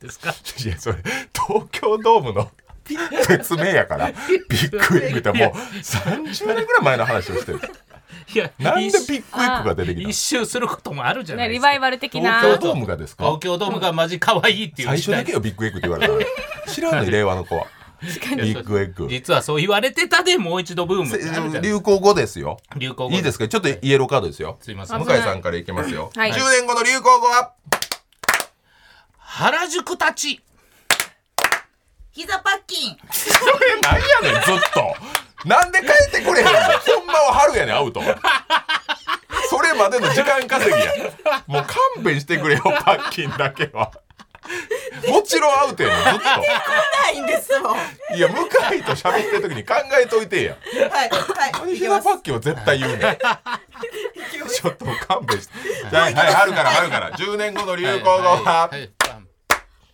ですか。
いやそれ東京ドームの説明やからビッグエッグってもう30年ぐらい前の話をしてる
いや、
なんでビ
一
ッグエッグが出てきたの
一周することもあるじゃな
ね
いで
リ
すか。
バイバル的な
東京ドームがですか
東京ドームがマジ可愛いっていう
最初だけよビッグエッグって言われたの知らんの令和の子はビッグエッグ
実はそう言われてたでもう一度ブームってあるじゃないです
流行語ですよ
か流行語
いいですかちょっとイエローカードですよ
すいませ
向
ん
井さんからいきますよ10
はい
年後の流行語は
原宿たち
膝パッキン
それなんやねんずっとなんで帰ってくれへんのほんまは春やねんアウトそれまでの時間稼ぎやもう勘弁してくれよパッキンだけはもちろんアウトやねんずっ
ないんですもんはい
といや向井と喋ってる時に考えといてや
はい
何
いき
ヒ
ま
ナ
す
パッキンは絶対言うねんちょっと勘弁してじゃあはい春から春から10年後の流行語は
はいはい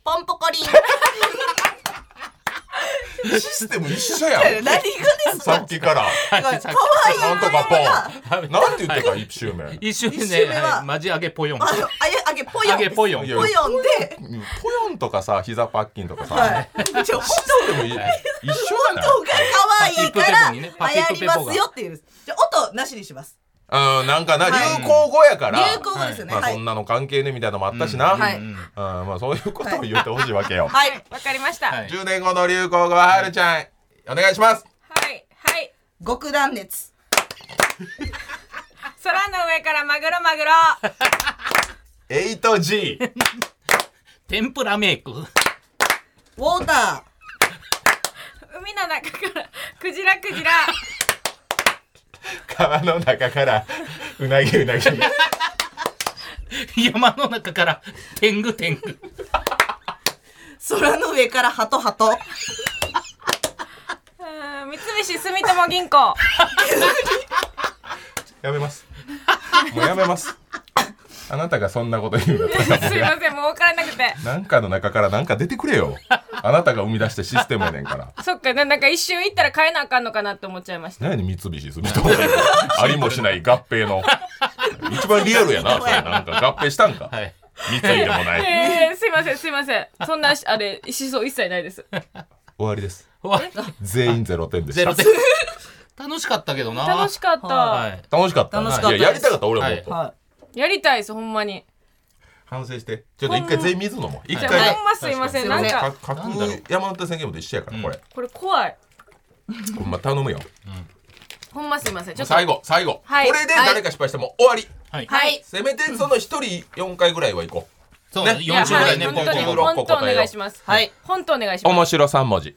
ポンポコリン
システム一緒や
何
ん
がです
さっ
か
きから
はい
可愛い
さっ
なんとかポン
きはい
なんて言ってた一周目うん
一周
一
ね
周目は
はいマジ上げぽよん
あのあげあげぽよ
上
ん
げぽよん
い
ぽよんで
ポヨンとかさ膝パッキンとかさ、
はいちょ本
でもい一緒やな
当が可愛いから
パピプペポにねパピ
流行
プ
り
ペ
ま
ポが
すよっていうじゃあ音なしにします
うん、なんかな、
はい
流行語やから、
流行語ですよね
まあ
は
そん
い
なの関係ねみたいなのもあったしな、
はい
うんうん
うんまあそういうことを言ってほしいわけよ、
はい
わかりました。は
はいい
10年後の流行語ははるちゃん、お願いします
はい。
極断熱
空の上からマグロマグロ。
8G
天ぷらメイク
ウォータ
海の中からクジラクジラ。
川の中からうなぎうなぎ
山の中から天狗天狗
ー空の上からハトハト
うーん三菱住友銀行。
やめますもうやめますあなたがそんなこと言うんだったら
すいませんもう分からなくて。
なんかの中からなんか出てくれよあなたが生み出したシステムやねんから
そっかななんか一周行ったら変えなあかんのかなって思っちゃいました。
何やねん三菱住友ありもしない合併の一番リアルやなそれなんか合併したんか、
はい
三井でもない
えー、すいませんすいませんそんなあれ思想一切ないです。
終わりです
終わった
全員ゼロ点でし
ゼ
た
ロ点 楽しかったけどな
楽しかった。
はい
楽しかった
楽しかったです
いややりたかった俺はもっと、
は
やりたいですほんまに。
反省してちょっと一回全員水飲もう一
はい
回
じゃ
な
あほんますいませんな
はい
ん
か
か
架
なんだろ
空
う
山手線ゲームと一緒やから、
うん
これ
これ怖い。
ほんま頼むよ
ほんますいませんちょっと。
最後最後、
はい
これで誰か失敗しても終わり、
はい
はい。
せめてその一人四回ぐらいは行こ
そう
ね
ね
いや
四週ぐ
は
ら
い
いね
や
本
ポンポ
当
ン
に
ポン
56
本当お願いします。
はい
本当お願いし
う
ます。
面白三文字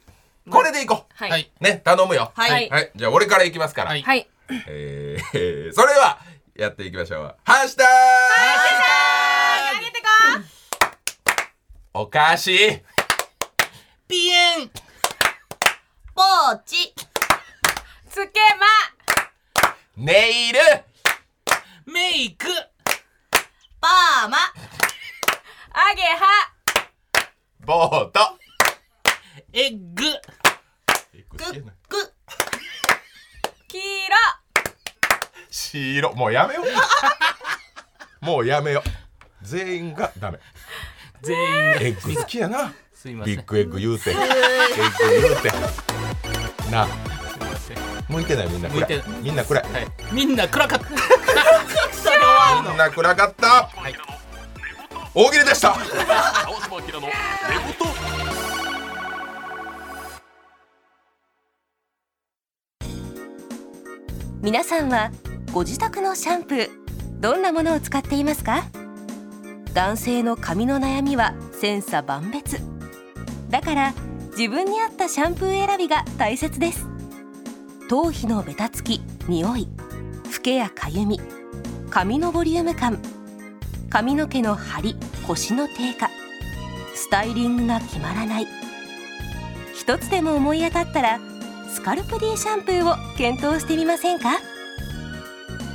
これで行こ
は
はいい。
うね頼むよ
はい
はい
はい、じゃあ俺から行きますから、
はい
はい。
えー、 それではやっていきましょう「ハッシュタグ
あげてこ
お菓子
ピエン
ポーチ
つけま
ネイル
メイク
パーマ
あげは
ボート
エッグ
クック
黄色
白もうやめよう もうやめよう全員がダメ
全員
エッグ好きやな
すいませ
ビ
ん
ッグエッグ言うてエッグ言うてなあ
すいません
向いてないみんな
向い
暗
て
い
ない
みんな暗い
はいみんな暗かった
みんな暗かった
はい
大喜利でした
川島明の寝言
皆さんはご自宅のシャンプーどんなものを使っていますか男性の髪の悩みは千差万別だから自分に合ったシャンプー選びが大切です頭皮のベタつき匂いフけやかゆみ髪のボリューム感髪の毛の張り腰の低下スタイリングが決まらない一つでも思い当たったらスカルプ D シャンプーを検討してみませんか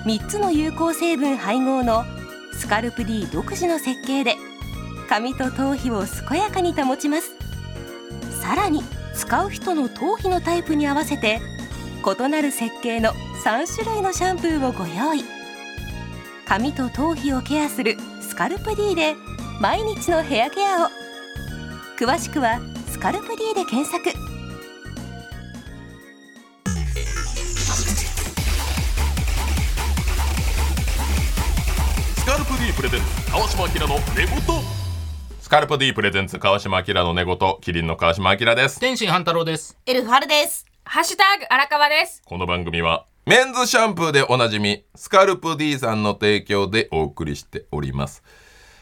3つの有効成分配合のスカルプ D 独自の設計で髪と頭皮を健やかに保ちますさらに使う人の頭皮のタイプに合わせて異なる設計の3種類のシャンプーをご用意髪と頭皮をケアするスカルプ D で毎日のヘアケアを詳しくは「スカルプ D」で検索
スカルプ D プレゼンツ川島明の寝言
スカルプ D プレゼンツ川島明の寝言キリンの川島明です
天心半太郎です
エルフハルです
ハッシュタグ荒川です。
この番組はメンズシャンプーでおなじみスカルプ D さんの提供でお送りしております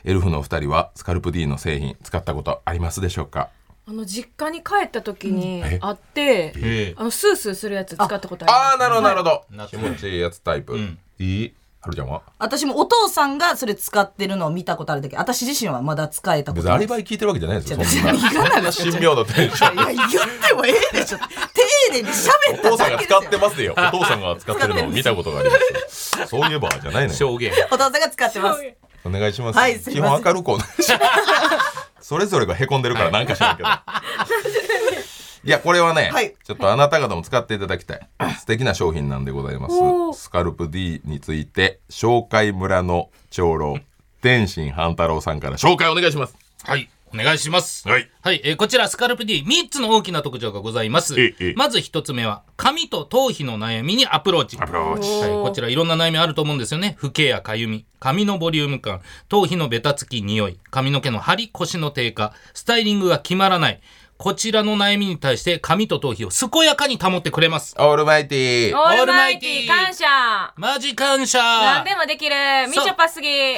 エルフのお二人はスカルプ D の製品使ったことありますでしょうか
あの実家に帰った時に
え
あって、
え
あのスースーするやつ使ったことあ
ああなるほどなるほど、
はい
気持ちいいやつタイプ、
うん
いいはるちゃんは
私もお父さんがそれ使ってるのを見たことあるだけ私自身はまだ使えたこ
別
と
に
な
ア
い
リバイ聞いてるわけじゃないですよそん
いやいやいかない
な神妙なテンション
いや言ってもええでしょ丁寧に喋
お
った
父さ
だ
んが
けです
使
よ
ってます よお父さんが使ってるのを見たことがありますよそういえばじゃないの
え
よ
証言
お父さんが使ってます
る。
お願いします、
はいす
基
いませ
本
ん
明るくお願いしますそれぞれがへこんでるからなんかしらんけど、いやこれはね、
はい
ちょっとあなた方も使っていただきたい、素敵な商品なんでございま
おー
すスカルプ D について紹介村の長老天心半太郎さんから紹介お願いします
はい。お願いします。
はい。
えーこちら、スカルプ D3 つの大きな特徴がございます
ええ。
まず1つ目は、髪と頭皮の悩みにアプローチ。
アプローチ
はい、こちらいろんな悩みあると思うんですよね。不景やかゆみ、髪のボリューム感、頭皮のベタつき匂い、髪の毛の張り、腰の低下、スタイリングが決まらない。こちらの悩みに対して髪と頭皮を健やかに保ってくれます。
オールマイティー
オールマイティー感謝
マジ感謝
何でもできるみちょぱすぎ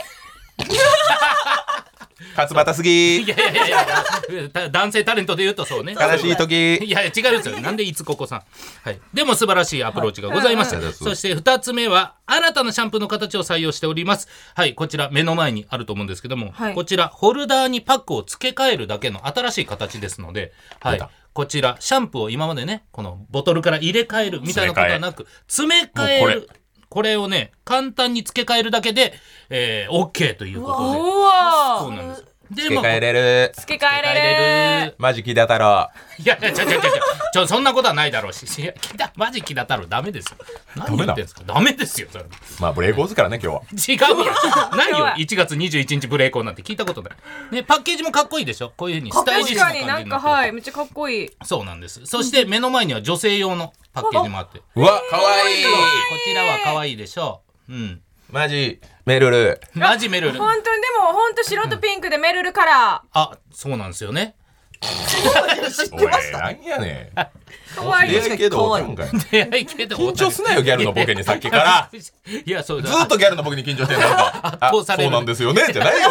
勝俣すぎ
いやいやいや いやた男性タレントで言うとそうね。
悲しい時
いやいや違うんですよ。なんでいつここさん。はい。でも素晴らしいアプローチがございました。
はいうんうん
そして二つ目は新たなシャンプーの形を採用しております。はい。こちら目の前にあると思うんですけども、
はい
こちらホルダーにパックを付け替えるだけの新しい形ですので、は
出
い
た。
こちらシャンプーを今までねこのボトルから入れ替えるみたいなことはなく詰め替え
もうこ
る。これをね簡単に付け替えるだけで、えー、OK ということで
お
そう
お
なんです。で
付け
まあ
替えれる
付け替えれる
マジキダ太郎
いやいや、ちょちょちょちょ、ちょ、そんなことはないだろうし、いや、木田、マジ木田太郎、ダメですよ。何言ってんすかダメですよ、それ。
まあブレイクオーズからね今日は
違うよ。ないよ
やば、い
1月21日ブレイコーなんて聞いたことない。ね、パッケージもかっこいいでしょこういうふうにスタイリッシュな
確か
感じ
に
になっ
な
て
ん
る
かはいめっちゃかっこいい
そうなんです。そして、目の前には女性用のパッケージもあって。こ
うわかわいい
ちらは可愛いでしょう。うん。
マジメルル
マジメルル。
本当にでも本当白とピンクでメルルカラ
あ、そうなんですよね。
知っ
お
てま
い
した
なんやね
ーかわ
ん
いい
出会いけど
可愛い
なんか
出会い系で
緊張すなよギャルのボケにさっき から。
いや、そうだ
ずーっとギャルの僕に緊張して るのか
圧倒され
あそ
る
うなんですよねじゃないよ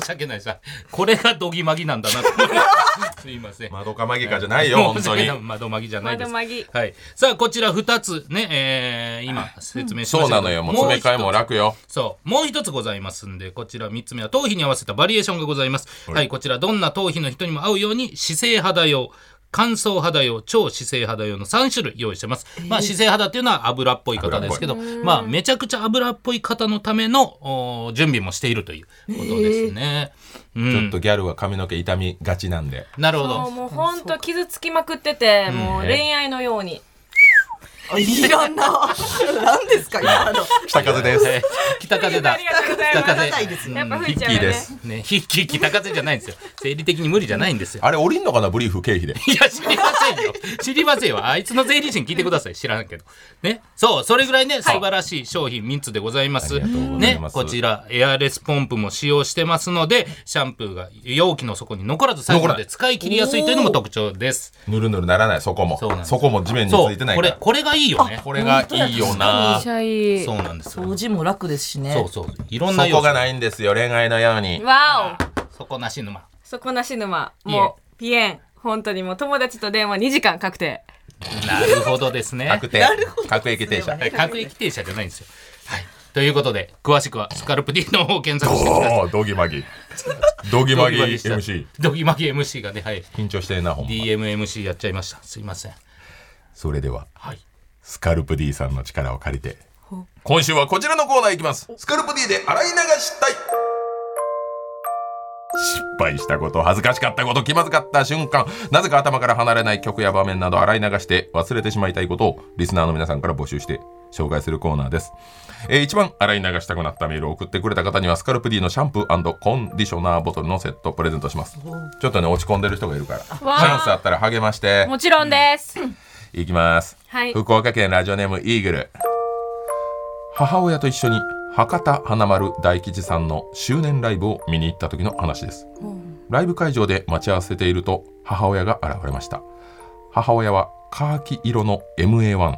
申し訳ないさ。これがどぎまぎなんだなって。 すいません。
窓かマギかじゃ ないよ本当に
窓まぎじゃないです。
窓まぎ
はい。さあ、こちら二つね、えー、今説明しま
そ
し
うな
たけど
のよもう詰め替えも。
う一つ
楽よ
そう。もう一つございますんで、こちら三つ目は頭皮に合わせたバリエーションがございます。
はい
はい、こちらどんな頭皮の人にも合うように、姿勢肌用。乾燥肌用、超姿勢肌用の3種類用意してます。まあ姿勢肌っていうのは油っぽい方ですけど、まあめちゃくちゃ油っぽい方のためのお準備もしているということですね。うん
ちょっとギャルは髪の毛傷みがちなんで
なるほ
もう
ど。
もう本当傷つきまくってて、もう恋愛のように
あいらんな 何ですか今の
北風です
えー北風だ
あり。がとうござい
北
ま
な
風
す
らないです
やっぱ
ヒ
吹い
ッ
ちゃ
キー
うよ
で
ね
す
ね、ひっき北風じゃないんですよ。生理的に無理じゃないんですよ。
あれ降りんのかなブリーフ経 費で
いや、知りませんよ。知りませんよ。あいつの税理士に聞いてください。知らんけど。ね。そう、それぐらいね、素晴らしい商品3つでございます。
ありがとうござい
ね
ます、
こちら、エアレスポンプも使用してますので、シャンプーが容器の底に残らず最後まで使い切りやすいというのも特徴です。
ぬるぬるならないそこも
そうなんです
そこも地面につ
そ、
いうてない
こ
か
れ
ら、
これがいいよね。
これがいいよな
ゃい
そうなんですよ。
掃除も楽ですしね
そうそう。いろんな
そ
要
こ
素
が。ないんですよ恋愛のように
わお
底なし沼。
底なし沼
いえ
もうピエン本当にもう友達と電話2時間確定
なるほどです ね。
確定各駅停車
はい各駅停車じゃないんですよ。はい。ということで、詳しくはスカルプ D の方を検索してください。
おおドギマギドギマギ
ドギマギした
MC
ドギマギ MC がね、はい。
緊張してるなほんま
DMMC やっちゃいました。すいません。
それでは
はい。
スカルプ D さんの力を借りて今週はこちらのコーナーいきますスカルプ D で洗い流したい失敗したこと恥ずかしかったこと気まずかった瞬間なぜか頭から離れない曲や場面など洗い流して忘れてしまいたいことをリスナーの皆さんから募集して紹介するコーナーです、えー一番洗い流したくなったメールを送ってくれた方にはスカルプ D のシャンプーコンディショナーボトルのセットをプレゼントしますちょっとね落ち込んでる人がいるからチ
わー
ャンスあったら励まして
もちろんです、
いきます、
はい
福岡県ラジオネームイーグル母親と一緒に博多華丸大吉さんの周年ライブを見に行った時の話です、ライブ会場で待ち合わせていると母親が現れました母親はカーキ色の MA1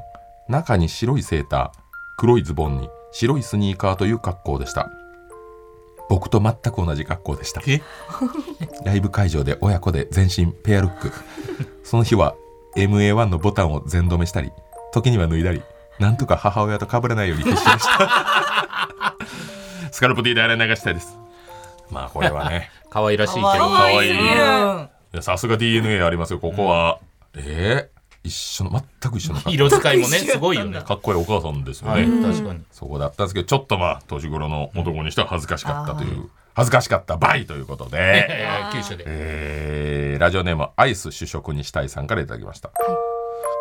中に白いセーター黒いズボンに白いスニーカーという格好でした僕と全く同じ格好でした
え
ライブ会場で親子で全身ペアルックその日は MA1 のボタンを全止めしたり時には脱いだりなんとか母親と被らないように必死でしたスカルプ D で洗い流したいですまあこれは ね
可愛らしいけど。
可
愛い
すぎ
う
る
ん
いやさすが DNA ありますよここは、えー、一緒の全く一緒の格
色使いもね、すごいよね。
好かっこいいお母さんですよ
は
ね、
い、確かに。
そこだったんですけどちょっとまあ年頃の男にしては恥ずかしかったという恥ずかしかったバイということで、
えー九州で。
えーラジオネームアイス主食にしたいさんからいただきました、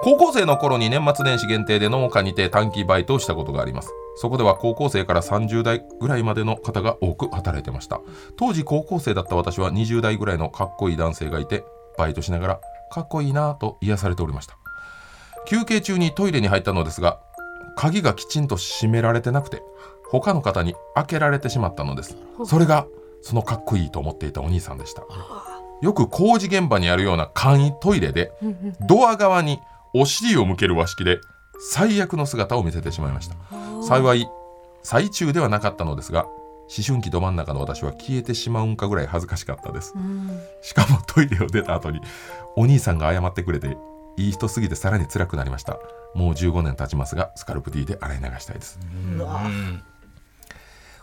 高校生の頃に年末年始限定で農家にて短期バイトをしたことがありますそこでは高校生から30代ぐらいまでの方が多く働いてました当時高校生だった私は20代ぐらいのかっこいい男性がいてバイトしながらかっこいいなぁと癒されておりました休憩中にトイレに入ったのですが鍵がきちんと閉められてなくて他の方に開けられてしまったのですそれがそのかっこいいと思っていたお兄さんでしたよく工事現場にあるような簡易トイレでドア側にお尻を向ける和式で最悪の姿を見せてしまいました幸い最中ではなかったのですが思春期ど真ん中の私は消えてしまうんかぐらい恥ずかしかったですしかもトイレを出た後にお兄さんが謝ってくれていい人すぎてさらに辛くなりましたもう15年経ちますがスカルプ D で洗い流したいです
うわ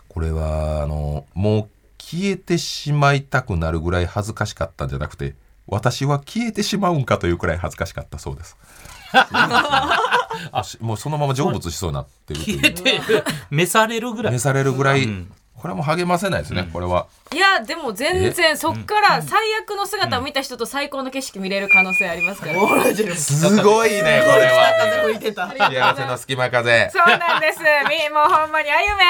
これはあのもう消えてしまいたくなるぐらい恥ずかしかったんじゃなくて私は消えてしまうんかというくらい恥ずかしかったそうです しもうそのまま成仏しそうになってるという
消えて、召されるぐら
召
い。
されるぐらい、
ん
これはもう励ませないですね、これはい
やでも全然そっから最悪の姿を見た人と最高の景色見れる可能性ありますから。
おらじる
すごいねこれ
北風吹いてた
ありがとう
幸
ご
せ
ざいま
の
す
隙間風
そうなんです。みもうほんまにあゆめ。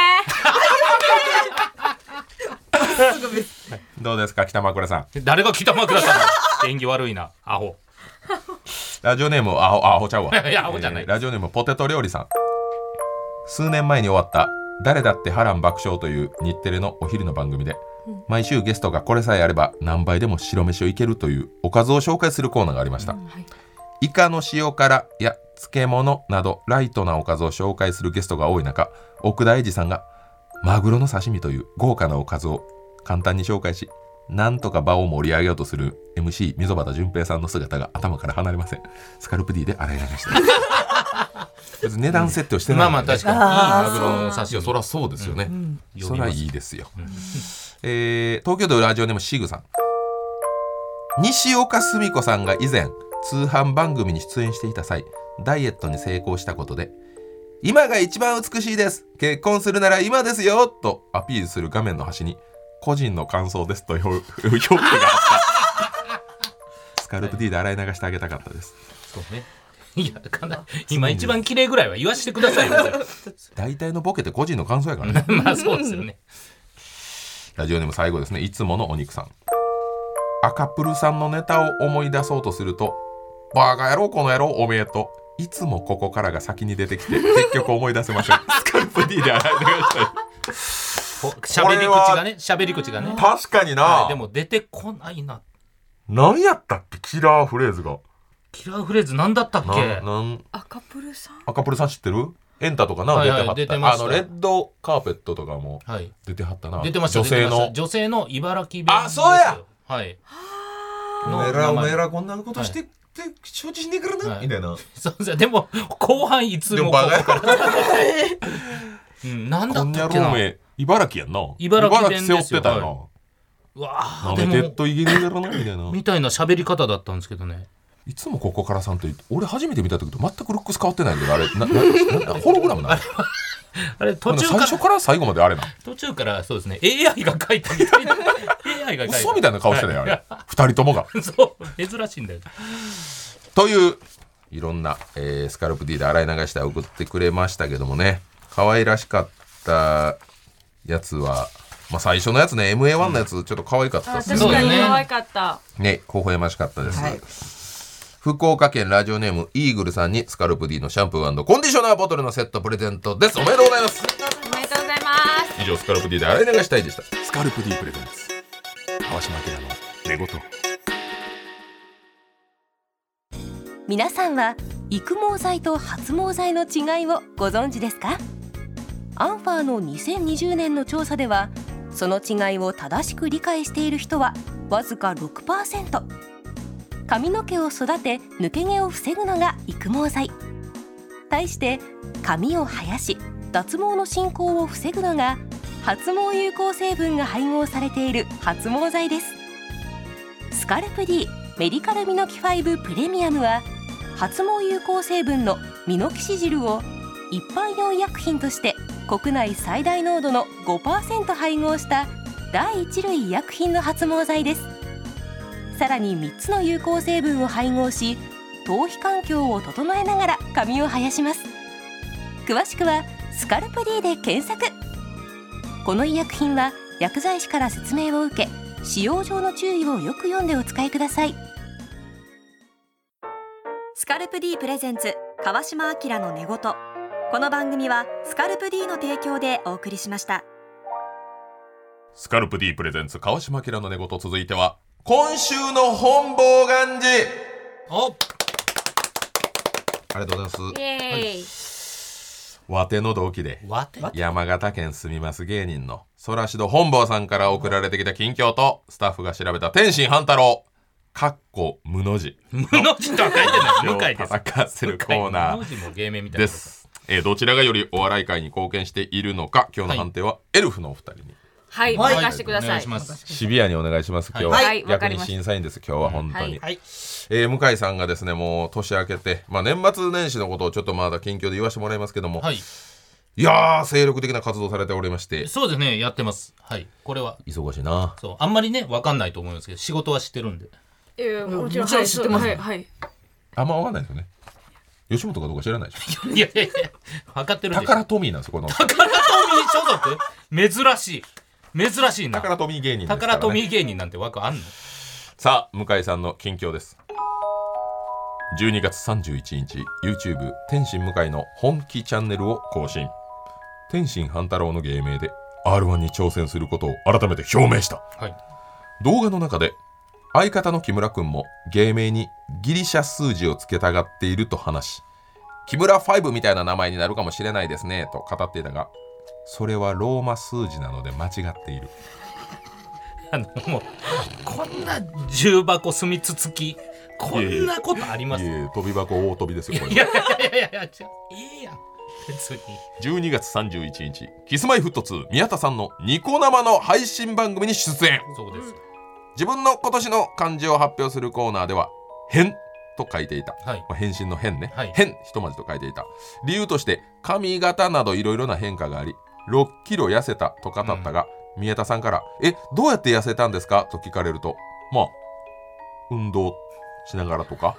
どうですか北枕さん
誰が北枕さん。演技悪いな、アホ。
ラジオネームアホアホちゃうわ
いやアホじゃない
えーラジオネームポテト料理さん数年前に終わった「誰だって波乱爆笑」という日テレのお昼の番組で毎週ゲストがこれさえあれば何倍でも白飯をいけるというおかずを紹介するコーナーがありました、イカの塩辛や漬物などライトなおかずを紹介するゲストが多い中奥田英二さんがマグロの刺身という豪華なおかずを簡単に紹介しなんとか場を盛り上げようとする MC 溝端淳平さんの姿が頭から離れませんスカルプ D で洗い流して 別に値段設定をしてない
まあ
んでね、
まあ、確かに。いい
あー
マグロの差
い
し
や
を
そ
そ
り
ら
ゃそうですよね、そ
呼び
りゃ
ます
いいですよ、 えー東京都ラジオネームシグさん西岡澄子さんが以前通販番組に出演していた際ダイエットに成功したことで「今が一番美しいです結婚するなら今ですよ!」とアピールする画面の端に「個人の感想です」という 表記があ ったスカルプ D で洗い流してあげたかったです
そうね。いや、かな今一番綺麗ぐらいは言わしてくだ さいよ。
大体のボケって個人の感想やからね
まあ、そうですよね。
ラジオネーム最後ですね。いつものお肉さん。赤プルさんのネタを思い出そうとすると、バーガー野郎この野郎おめえと、いつもここからが先に出てき て、結局思い出せません。スカルプ D で洗い流したい。
ほ喋り口がね、喋り口がね。
確かにな、
はいでも出てこないな。
何やったっけキラーフレーズが。
キラーフレーズなんだったっけ
ななん
赤プルさん。
赤プルさん知ってるエンタとかな、
はいはい
出
出
て
て
は
ま
った。あ
した
の、レッドカーペットとかも
はい。
出てはったな。
出てました
女性
出てまし
の
た。女性の茨城弁
あそうや
ですよはい
お
の
めえら、お
名前
めえらこんなことして、って承知しねえからな、
はい
みたいな。
そうですよでも後半いつ
でも
も
バーガー野郎
うん、なんだ
こん
っ
に
た
ゃ
っけ
ろ
な
うめ茨城やんな
茨城弁ですよ
茨背負ってたよ
はうわ
な
あ
な
で
めてっ
も
といけねえだろなみたいな
みたいな喋り方だったんですけどね
いつもここからさんって俺初めて見た時と全くルックス変わってないんだけどあれななななホログラムな
あれ
ほ
途
んな
中
最
から
初から最後まであれな
途中からそうですね AI が書いたみたいな AI が書いた
嘘みたいな顔してたよあれ二人ともが
そう珍しいんだよ
といういろんな、えースカルプ D で洗い流して送ってくれましたけどもね可愛らしかったやつは、まあ、最初のやつね MA1 のやつちょっと可愛かった
あ
です
確
ね
そう
か
だ
に
ね
可愛かった。
ね、微笑ましかったです、
はい
福岡県ラジオネームイーグルさんにスカルプ D のシャンプーコンディショナーボトルのセットプレゼントですおめでとうございます
おめでとうございます。
以上スカルプ D で洗い流したいでした
スカルプ D プレゼンツ川島明の寝言
皆さんは育毛剤と発毛剤の違いをご存知ですかアンファーの2020年の調査ではその違いを正しく理解している人はわずか6%髪の毛を育て抜け毛を防ぐのが育毛剤対して髪を生やし脱毛の進行を防ぐのが発毛有効成分が配合されている発毛剤ですスカルプ D メディカルミノキ5プレミアムは発毛有効成分のミノキシジルを一般用医薬品として国内最大濃度の5%配合した第一類医薬品の発毛剤ですさらに3つの有効成分を配合し頭皮環境を整えながら髪を生やします詳しくは「スカルプ D」で検索この医薬品は薬剤師から説明を受け使用上の注意をよく読んでお使いください
スカルプ D プレゼンツ川島明の寝言この番組はスカルプ D の提供でお送りしました
スカルプ D プレゼンツ川島明の寝言続いては今週の本望願寺
お
ありがとうございま
イ
す
エーイ
わての同期で
わて
山形県住みます芸人のソラシド本坊さんから送られてきた近況とスタッフが調べた天心半太郎かっこ無の字
無の字とは書いてない 向井です
叩かせる コーナ
無
ー
の字も芸名みたいな
で
こと
す、えーどちらがよりお笑い界に貢献しているのか今日の判定はエルフのお二人に、
はい
はい
任せてくだ
お願
さ
い
い
します
シビアにお願いします今日は、
はいはいわ
逆
かり
に
ました
審査員です今日は本当に、
はい
はい
えー向井さんがですねもう年明けて、まあ、年末年始のことをちょっとまだ近況で言わせてもらいますけども、、
はいい
やー精力的な活動されておりまして
そうですねやってますはいこれは
忙しいな
そうあんまりねわかんないと思いますけど仕事は知ってるんで
いやいやも
も
ち
ち
ろ
ろ
ん
ん
はい
知ってます
はいはい
あんま分かんないですよね吉本かどうか知らないでしょ
いやいやいや分かってるんで
宝トミーなんですよこの
宝トミー所属珍しい珍しいな
宝トミー芸人ですから、ね、
宝トミー芸人なんて枠あんの
さあ向井さんの近況です12月31日 YouTube 天心向井の本気チャンネルを更新天心半太郎の芸名で R1 に挑戦することを改めて表明した
はい
動画の中で相方の木村君も芸名にギリシャ数字をつけたがっていると話し木村5みたいな名前になるかもしれないですねと語っていたがそれはローマ数字なので間違っている
あのもうこんな重箱すみつつきこんなことありますいや
え飛び箱大飛びですよこれ
いやいやいやちょいいやん別に
12月31日キスマイフット2宮田さんのニコ生の配信番組に出演
そうです
自分の今年の漢字を発表するコーナーでは「変」と書いていた、
はい
まあ変身の変ね「
はい
変」一文字と書いていた理由として髪型などいろいろな変化があり6キロ痩せたと語ったが、宮田さんから「えどうやって痩せたんですか?」と聞かれるとまあ運動しながらとか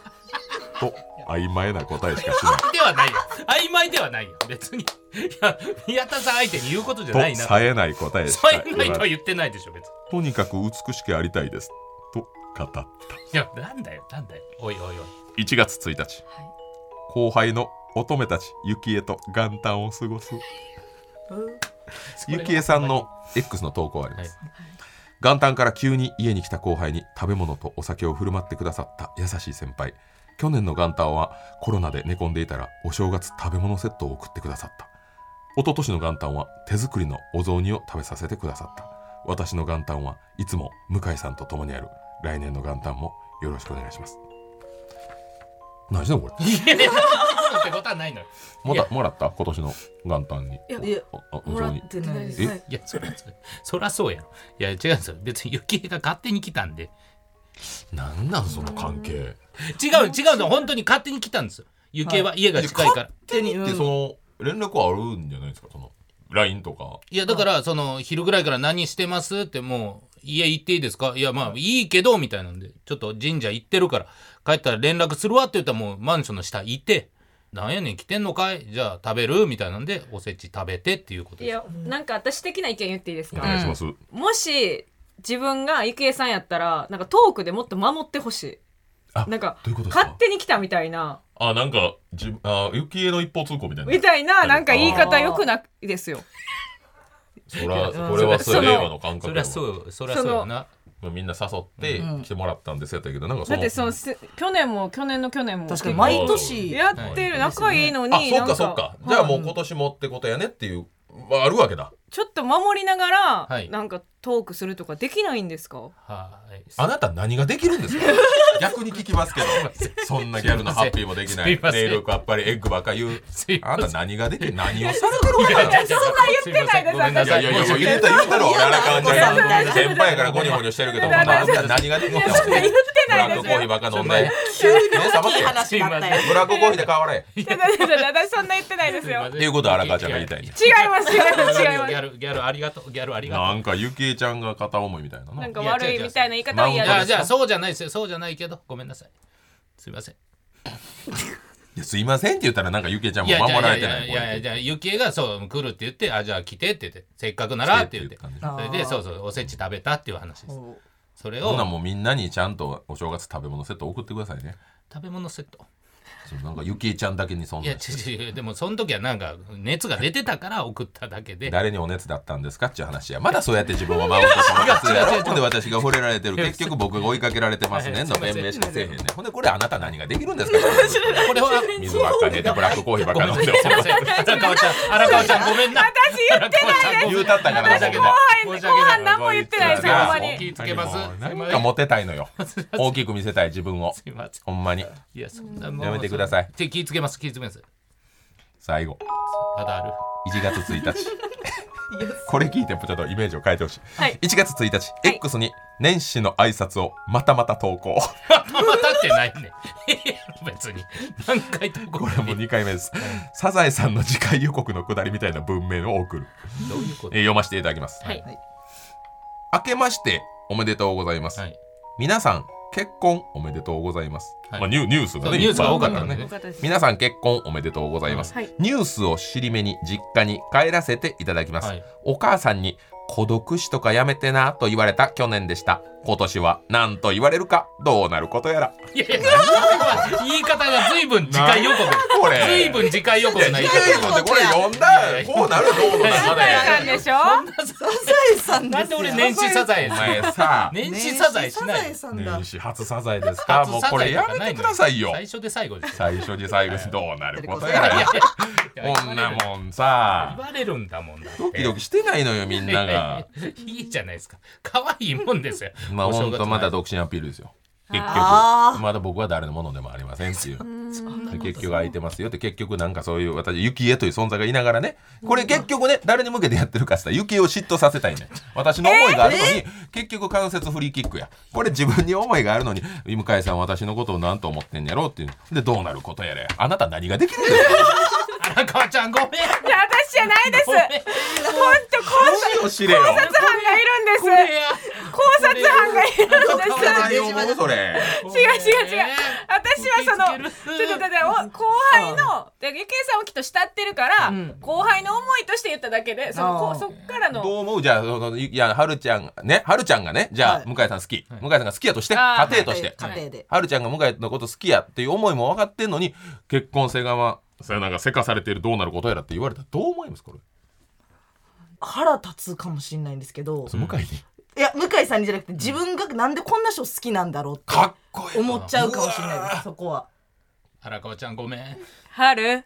と曖昧な答えしかしない。
ではないよ曖昧ではないよ別にいや宮田さん相手に言うこと じゃ
と
ないな
冴えない答えしか
そうい
言
う
わない
のとは言ってないでしょ別に
とにかく美しくありたいですと語った
いやなんだよなんだよおいおいおい
1月1日、後輩の乙女たち幸恵と元旦を過ごす幸恵さんの X の投稿あります、元旦から急に家に来た後輩に食べ物とお酒を振る舞ってくださった優しい先輩去年の元旦はコロナで寝込んでいたらお正月食べ物セットを送ってくださった一昨年の元旦は手作りのお雑煮を食べさせてくださった私の元旦はいつも向井さんと共にある来年の元旦もよろしくお願いします何してんのこれ
いやいやいつもってことはないのよ
もらもらった今年の元旦に
いや
いや
おおお
もら
雑
っ
煮
てないです
え
はい
いやそりゃそりゃそりゃそうやろいや違うんですよ別に雪が勝手に来たんで
なんなんその関係
違う違うの本当に勝手に来たんですよ湯系は家が近いから、い、
手に、うん
でその連絡はあるんじゃないですかその LINE とか
やだからその昼ぐらいから何してますってもう家行っていいですかいやまあいいけどみたいなんでちょっと神社行ってるから帰ったら連絡するわって言ったらもうマンションの下いてなんやねん来てんのかいじゃあ食べるみたいなんでおせち食べてっていうこと
い
です
やなんか私的な意見言っていいです
お
か
願いします、
もし自分が郁恵さんやったらなんかトークでもっと守ってほしい
あ
なんか
どういうことですか
勝手に来たみたいな
あなんかじあ雪への一方通行みたいな
みたいななんか言い方よくないですよ
そら
いや
これは
そ
そ
りゃ
れ令和の感
そ
覚
り
やわ
ゃそうそりゃそうやな
みんな誘って来てもらったんですやったけどなんかそ
だっ
の
てそのせ去年も去年の去年も
確かに毎年
やってる仲いいのに、
あそ
な
っ
ん
かそっかじゃあもう今年もってことやねっていう、まあ、あるわけだ
ちょっと守りながら、
はい
なんかトークするとかできないんですか
はい
あなた何ができるん ですか逆に聞きますけどそんなギャルのハッピーもできな
すい
い
ません
ネイルアッパリエッグばっか言う
すいま
あ
せ
な
ん
た何ができる何をされて
そんな言ってないですごめんない
や
さい
いやいや言
申し
う
訳な
た言うたろ俺あらかんじゃ
いやいやいや
先輩やからゴニョゴニョしてるけどまああなた何ができるの
言って
ブ
な
ラ
い
ッ
で
ク
す
コーヒー
よ。
ばっか飲んで
急に
目覚ま
大き
せ
い話になったよ
ブラックコーヒーで変われ
いやいやいやいや 私そんな言ってな いですよ。違い
っていうことは荒川ちゃんが言いたいね
ます違います違いま
ギ
す
ャ。ルギャルありがとうギャルありがとう
なんかゆきえちゃんが片思いみたいなな
なんか悪いみたいな言い方は嫌
じゃ
だ
あ、じゃあそうじゃないですよ。そうじゃないけど、ごめんなさい。すいません。
いやすいませんって言ったらなんかゆきえちゃん
い
も
や、
守
じゃ
ら
あ、
れ
い
てな
や、
い
いや、いや、ゆきえが、そう、来るって言って、あ、じゃあ来てって言って、せっかくならって言って
来てって。
っ
言
そ
た
れ
んだ
で、そうそう、おせち食べたっていう話です。
お
それ
ほんなら、
を
もうみんなにちゃんとお正月食べ物セット送ってくださいね
食べ物セット。
そうなんかゆきえちゃんだけにそん
いや、
な
違う違う、でも、その時はなんか、熱が出てたから送っただけで。違う
誰にお熱だったんですかっていう話やまだそうやって自分は守ってその熱やろほんで私が惚れられてる結局僕が追いかけられてますねんの弁明しかせえへんねんほんでこれあなた何ができるんですか
これは、
水ばっか寝てブラックコーヒーばっ
ご
か
めん
飲
なん さ い、
です
い
ほん
ま
ま
せん。荒川ちゃん、荒川ちゃん、ごめんな。
私言ってないです。
言うたったから
私
申し訳
後
ない
輩後半何も言ってないですよ
や
ほんま
もう
に。
気ぃつけます
何かモテたいのよ大きく見せたい自分を
すいません。
ほんまに
いや、そんなもう
やめてください
手気ぃつけます、気ぃつけます。
最後
まだある。
1月1日 これ聞いてちょっとイメージを変えてほしい、
はい
1月1日、X に年始の挨拶をまたまた投稿
またってないね。別に。何回とこ
これもう2回目ですサザエさんの次回予告のくだりみたいな文明を送る、
どういうこ
えー読ませていただきます、
はい
明けましておめでとうございます、
はい。
皆さん結婚おめでとうございます、
はい
まあ、ニュニュースが
そ
ね
うニュースが多か
い
っ
ぱい
た
ある
ん
ら
で
ね
ね。
皆さん結婚おめでとうございます、
はい
ニュースを尻目に実家に帰らせていただきます、
はい
お母さんに孤独死とかやめてなと言われた去年でした今年は何と言われるかどうなることやら
いやいや何言い方が随分次回予告
これ
随分次回予告な言い
いやいや
方
いやこれ読んだこうなるどうなる
サ
か
ザ
だ
エ
よ
さんでしょ。
サザエさんですよ
なんで俺年始サザエ
お前さ
年始サザエしない
年始サザエさんだ
年始初サザエですか
初
もう
サ
こ
ザ
れ
エ
や
とかな
め
い
て
の
くださいよ
最初で最後ですよ
最初に最後にどうなることや
いやい
ら
やいや
こんな
言
もんさ
われるんだもんだって
ドキドキしてないのよみんな が
いいじゃないですか可愛いもんですよ
まあ
お正
本
月
当まだ独身アピールですよ結局
あー
まだ僕は誰のものでもありませんっていう結局空いてますよって結局なんかそういう私ユキエという存在がいながらねこれ結局ね誰に向けてやってるかって言ったらユキエを嫉妬させたいね私の思いがあるのに結局関節フリーキックやこれ自分に思いがあるのに向井さん私のことを何と思ってんやろうっていうでどうなることやれあなた何ができるんですか
荒川ちゃんごめん
いや私じゃないです。
ご
本
めん
当考
何を知れよ
察班がい
これ
るんです。
や
考察班がいるんです。
何を思うそれ
違う違う違う。私はその
受け付ける
ちょっとだってお後輩のでゆきえさんをきっと慕ってるから、
うん
後輩の思いとして言っただけでそのこ
あー
うそっからの
どう思うじゃあそのいやはるちゃんがねはるちゃんがねじゃあ
はい
向井さん好き向井さんが好きやとして
あ
家
ー
庭として
家庭で
はるちゃんが向井のこと好きやっていう思いも分かってんのに結婚せがまそれなんかせかされてるどうなることやらって言われたらどう思いますこれ
腹立つかもしれないんですけど
その向井に
いや向井さんにじゃなくて自分がなんでこんな人好きなんだろうって
かっこいい
思っちゃうかもしれないですそこは
荒川ちゃんごめん
春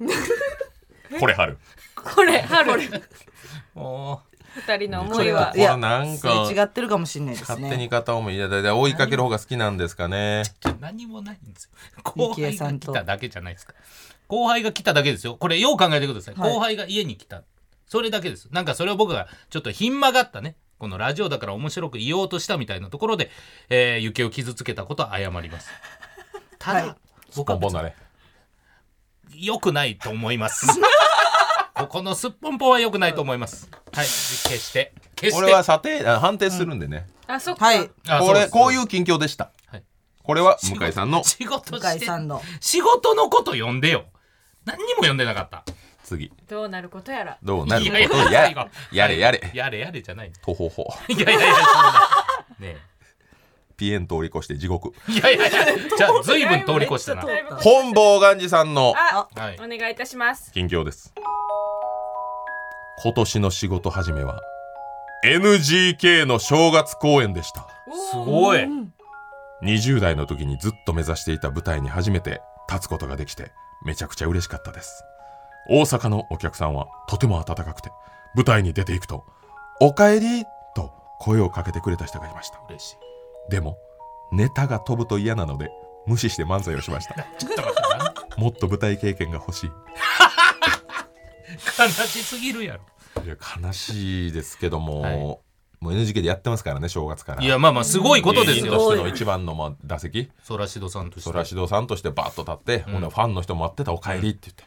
これはる
これ春
も
二人の思
こ
い
れ
は
は。なん
すれ違
か
ってるかもしれないです
勝手に
ね
片思いいやだいたい追いかける方が好きなんですかね
う何もないんですよ後
ゆき
輩
えさ
が
ん
来
と
ただけじゃないですか後輩が来ただけですよこれよう考えてください、
はい
後輩が家に来たそれだけですなんかそれを僕がちょっとひん曲がったねこのラジオだから面白く言おうとしたみたいなところで、えー、ゆきえを傷つけたことは謝 りますただ、
はい
僕
ボ
は
ン
別
ボン
に
だね
良くないと思います ここのすっぽんぽんは良くないと思いますはい決して決して
俺は査定あ判定するんでね
あそっか。
はい
あ
こ
そうで
れ
す
こういう近況でした
はい
これは向井さんの
仕事
向
し
井
て
さんの
仕事のこと呼んでよ何にも呼んでなかった
次
どうなることやら。
どうなる
い
こ
やいや
とやれやれやれ
やれやれじゃない
とほほ
いやいやいやそんなね
ピエン通り越して地獄
えいやいやいやじゃあ随分通り越したな
だいぶこ
本坊がんじさんの
あ
はい
お願いいたします。
近況です今年の仕事始めは NGK の正月公演でした
すごい
20代の時にずっと目指していた舞台に初めて立つことができてめちゃくちゃ嬉しかったです大阪のお客さんはとても温かくて舞台に出ていくと「おかえり!」と声をかけてくれた人がいました
嬉しい
でもネタが飛ぶと嫌なので無視して漫才をしました
ちょっと待って
もっと舞台経験が欲しい
悲しすぎるやろ
いや悲しいですけども、
はい
もう NGK でやってますからね正月から
いやまあまあすごいことです
芸人とし
よ
ての一番のまあ打席
ソラシドさんとして
そらしどさんとしてバッと立って、ほんならファンの人も待ってたお帰りって言って、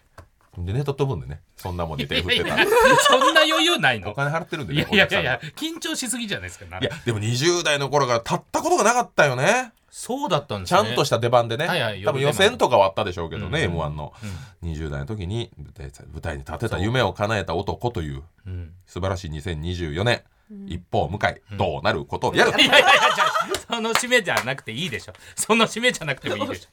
ほんでネタ飛ぶんでねそんなもんで手振ってたんで
そんな余裕ない
お
の
金払ってるんで
い
ね
やいやいやい
お
や
客
緊張しすぎじゃないですか
さんがいやでも20代の頃から立ったことがなかったよね
そうだったんで
ち
すね
ゃんとした出番でね、
はいはい
多分予選とかはあったでしょうけどね、
うん
m 1の、20代の時に舞台舞台に立てた夢を叶えた男という
うん
素晴らしい2024年、一方向かい、どうなることをやる、
いやいやいやじゃあその締めじゃなくていいでしょその締めじゃなくてもいいでし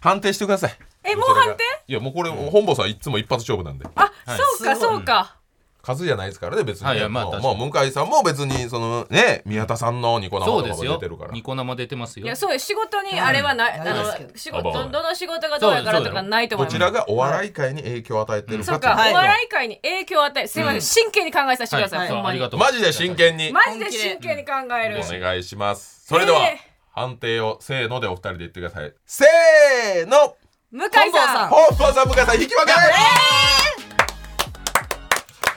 ょ
判定してください
えもう判定
いやもうこれ本坊さんいつも一発勝負なんで
あ、そうかそうか、
数じゃないですからね別にね、
はいはいまあ
もう
確
も
か
う向井さんも別にそのね宮田さんのニコ生
そ
と
うで
かも
す
出
よ
てるから
ニコ生出てます
い
よ
やそうよ仕事にあれはない、
はい
あ
ないですけ
の
ど
あ
仕
まあ
事どの仕事がどうやからとかないと思
ど
います
ちらがお笑い界に影響を与えてる
そ
か
うか、
って
はい
お笑い界に影響を与えるすいません、真剣に考えさせてください、
はい
ほん
あ
ま
り
に
がとう
マジで真剣に
マジで真剣に考える、
お願いしますそれでは、
え
判定をせーのでお二人で言ってくださいせーの
向井さ
本
ん
坊さん
本坊さん向井さん引き分け、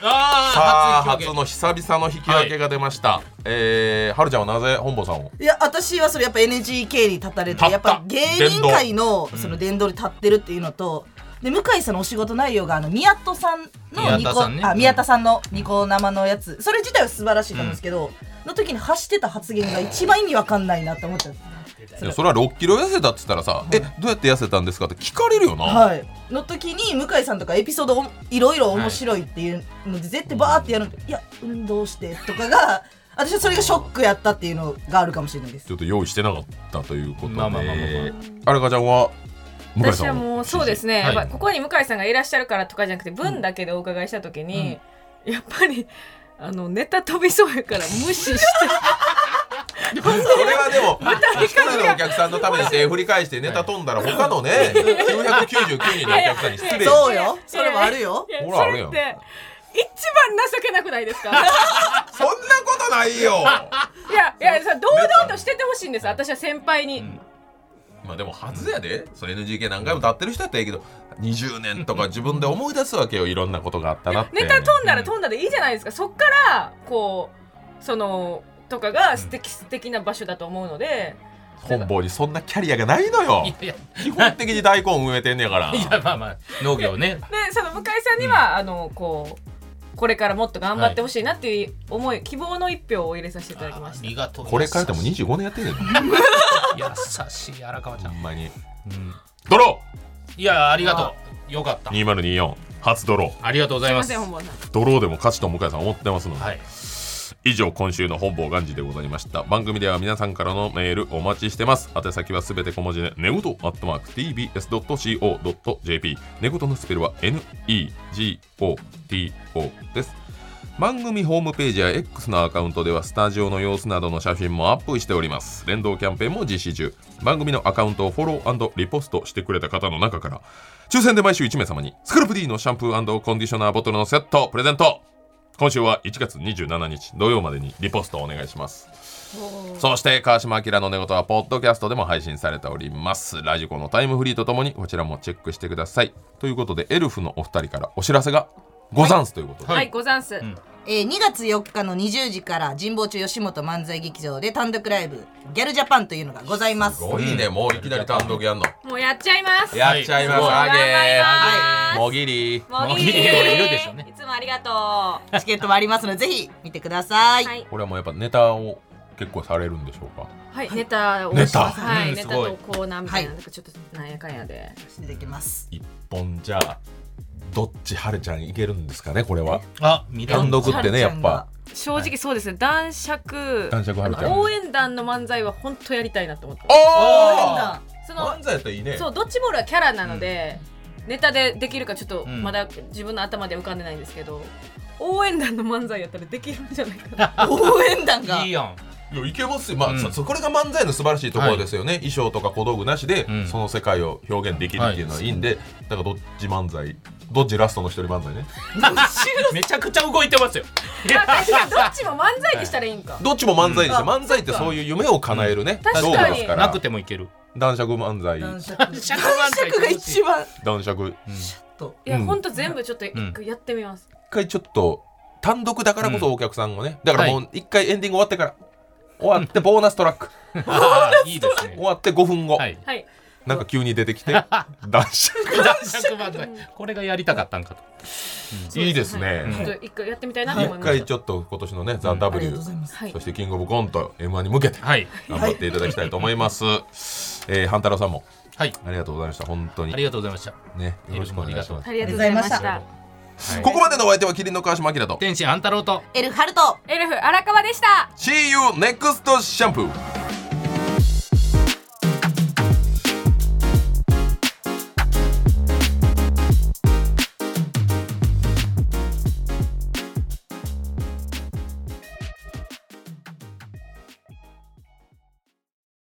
さあ
あー初
初の久々の引き分けが出ました、えー、はるちゃんはなぜ本坊さんを
いや私はそれやっぱ NGK に立たれ
立った
てやっぱ芸人界のその殿堂に立ってるっていうのと、で向井さんのお仕事内容があの宮戸さんのニ
宮田
コ
さんね
あ宮田さんのニコ生のやつそれ自体は素晴らしいと思うんですけど、の時に発してた発言が一番意味わかんないなって思ったんです
いやそれは6キロ痩せたっつったらさ、えどうやって痩せたんですかって聞かれるよな、
はい、の時に向井さんとかエピソードおいろいろ面白いっていうので絶対バーってやるんで、い、や運動してとかが 私はそれがショックやったっていうのがあるかもしれないです
ちょっと用意してなかったということで、
まあまあまあまあま
あれかちゃんは向井
私
さん
はもうそうですね、
はい
やっぱここに向井さんがいらっしゃるからとかじゃなくて文だけでお伺いした時に、やっぱりあのネタ飛びそうやから無視して
それはでも一人のお客さんのために手振り返してネタ飛んだら他のね999人のお客さんに失礼よ
そうよそれもあるよ
いや
ほら
そ
ある
れ
やん
って一番情けなくないですか い
そんなことないよ
やいやそれ堂々としててほしいんです私は先輩に、
まあでもはずやでそう NGK 何回も立ってる人やったらいいけど20年とか自分で思い出すわけよいろんなことがあったなって
ネタ飛んだら飛んだでいいじゃないですか、そっからこうそのとかが素敵素敵な場所だと思うので
本坊にそんなキャリアがないのよ
いや
基本的に大根植えてんねや から
いやまあまあ農業ね
でその向井さんには、あのこうこれからもっと頑張ってほしいなっていう思い、希望の一票を入れさせていただきました
ありがとう
これからでも25年やってんねん
優しい荒川ちゃ
ほ
ん、
んまに
うん、
ドロ
いやありがとうよかった
ー2024初ドロー
ありがとうござい
すい
ま
ますせん本坊さん
ドローでも勝ちと向井さん思ってますので、
はい
以上今週の本望元次でございました番組では皆さんからのメールお待ちしてます宛先はすべて小文字でネゴトアットマーク tbs.co.jp ネゴトのスペルは negoto です番組ホームページや X のアカウントではスタジオの様子などの写真もアップしております連動キャンペーンも実施中番組のアカウントをフォローリポストしてくれた方の中から抽選で毎週1名様にスクルプ D のシャンプーコンディショナーボトルのセットをプレゼント今週は1月27日土曜までにリポストをお願いしますそして川島明の寝言はポッドキャストでも配信されておりますラジコのタイムフリーとともにこちらもチェックしてくださいということでエルフのお二人からお知らせがござんすということで、
はい、ござんす、
えー、2月4日の20時から神保町吉本漫才劇場で単独ライブ「ギャルジャパン」というのがございます
すごいねもういきなり単独やんの
もうやっちゃいます
やっちゃいます、
はい
あげ
はい
もぎり
も
も
う
う
いい
いいよいるでしょうね
いつもありがとうは
チケットもありますのでぜひ見てください、
い、
これはもうやっぱネタを結構されるんでしょうか
はい、ネタを
ネタ
は
うん
い、ネタ
すごい
とコーナーみたいな、
はい
なんかちょっとなんやかんやで
出てきます
一本じゃあどっちはるちゃんいけるんですかねこれは
あ見れる
単独ってねやっぱ
正直そうですね男爵
男爵はるちゃん
応援団の漫才は本当やりたいなと思ってます
お
そ
お
の
漫才やったらいいね
そうドッジボールはキャラなので、ネタでできるかちょっと
ん
まだ自分の頭では浮かんでないんですけど、応援団の漫才やったらできるんじゃな いかな
応援団が
いいやん
いやいけますよ、まあ
うん
そそこれが漫才の素晴らしいところですよね、衣装とか小道具なしで、
うん
その世界を表現できるっていうのはいいんで、だからどっち漫才どっちラストの一人漫才ね
めちゃくちゃ動いてますよ
まあ確かにどっちも漫才にしたらいいんか、
どっちも漫才にして、
うん
漫才ってそういう夢を叶えるね、
うん確かに
道具ですか
な
ら
くてもいける
男爵漫才
男爵
男爵漫才
が一番
男爵
ちょっと
いや、
うん
ほんと全部ちょっと
ん
やってみます、
一回ちょっと単独だからこそお客さんもね、だからもう一回エンディング終わってから終わってボーナストラック、
ああいいです
終
ね。
わって5分後、
はい。
はい
なんか急に出てきて男子
100万台これがやりたかったんかと。
いいですね、
うん
ちょっと一回やってみたいなと思い
一
まし
回
た
ちょっと今年のね「ザ・
あり
w
がとうございます。
はい
そして「キングオブコント m 1に向けて
はい。
頑張っていただきたいと思います、えー、半太郎さんも
はい。
ありがとうございました本当に
ありがとうございました。
ねよろしくお願いします
ありがとうございました
はい
ここまでのお相手は麒麟の川島明と
天心安太郎と
エルハルト
エルフ荒川でした
「See you next シャンプー」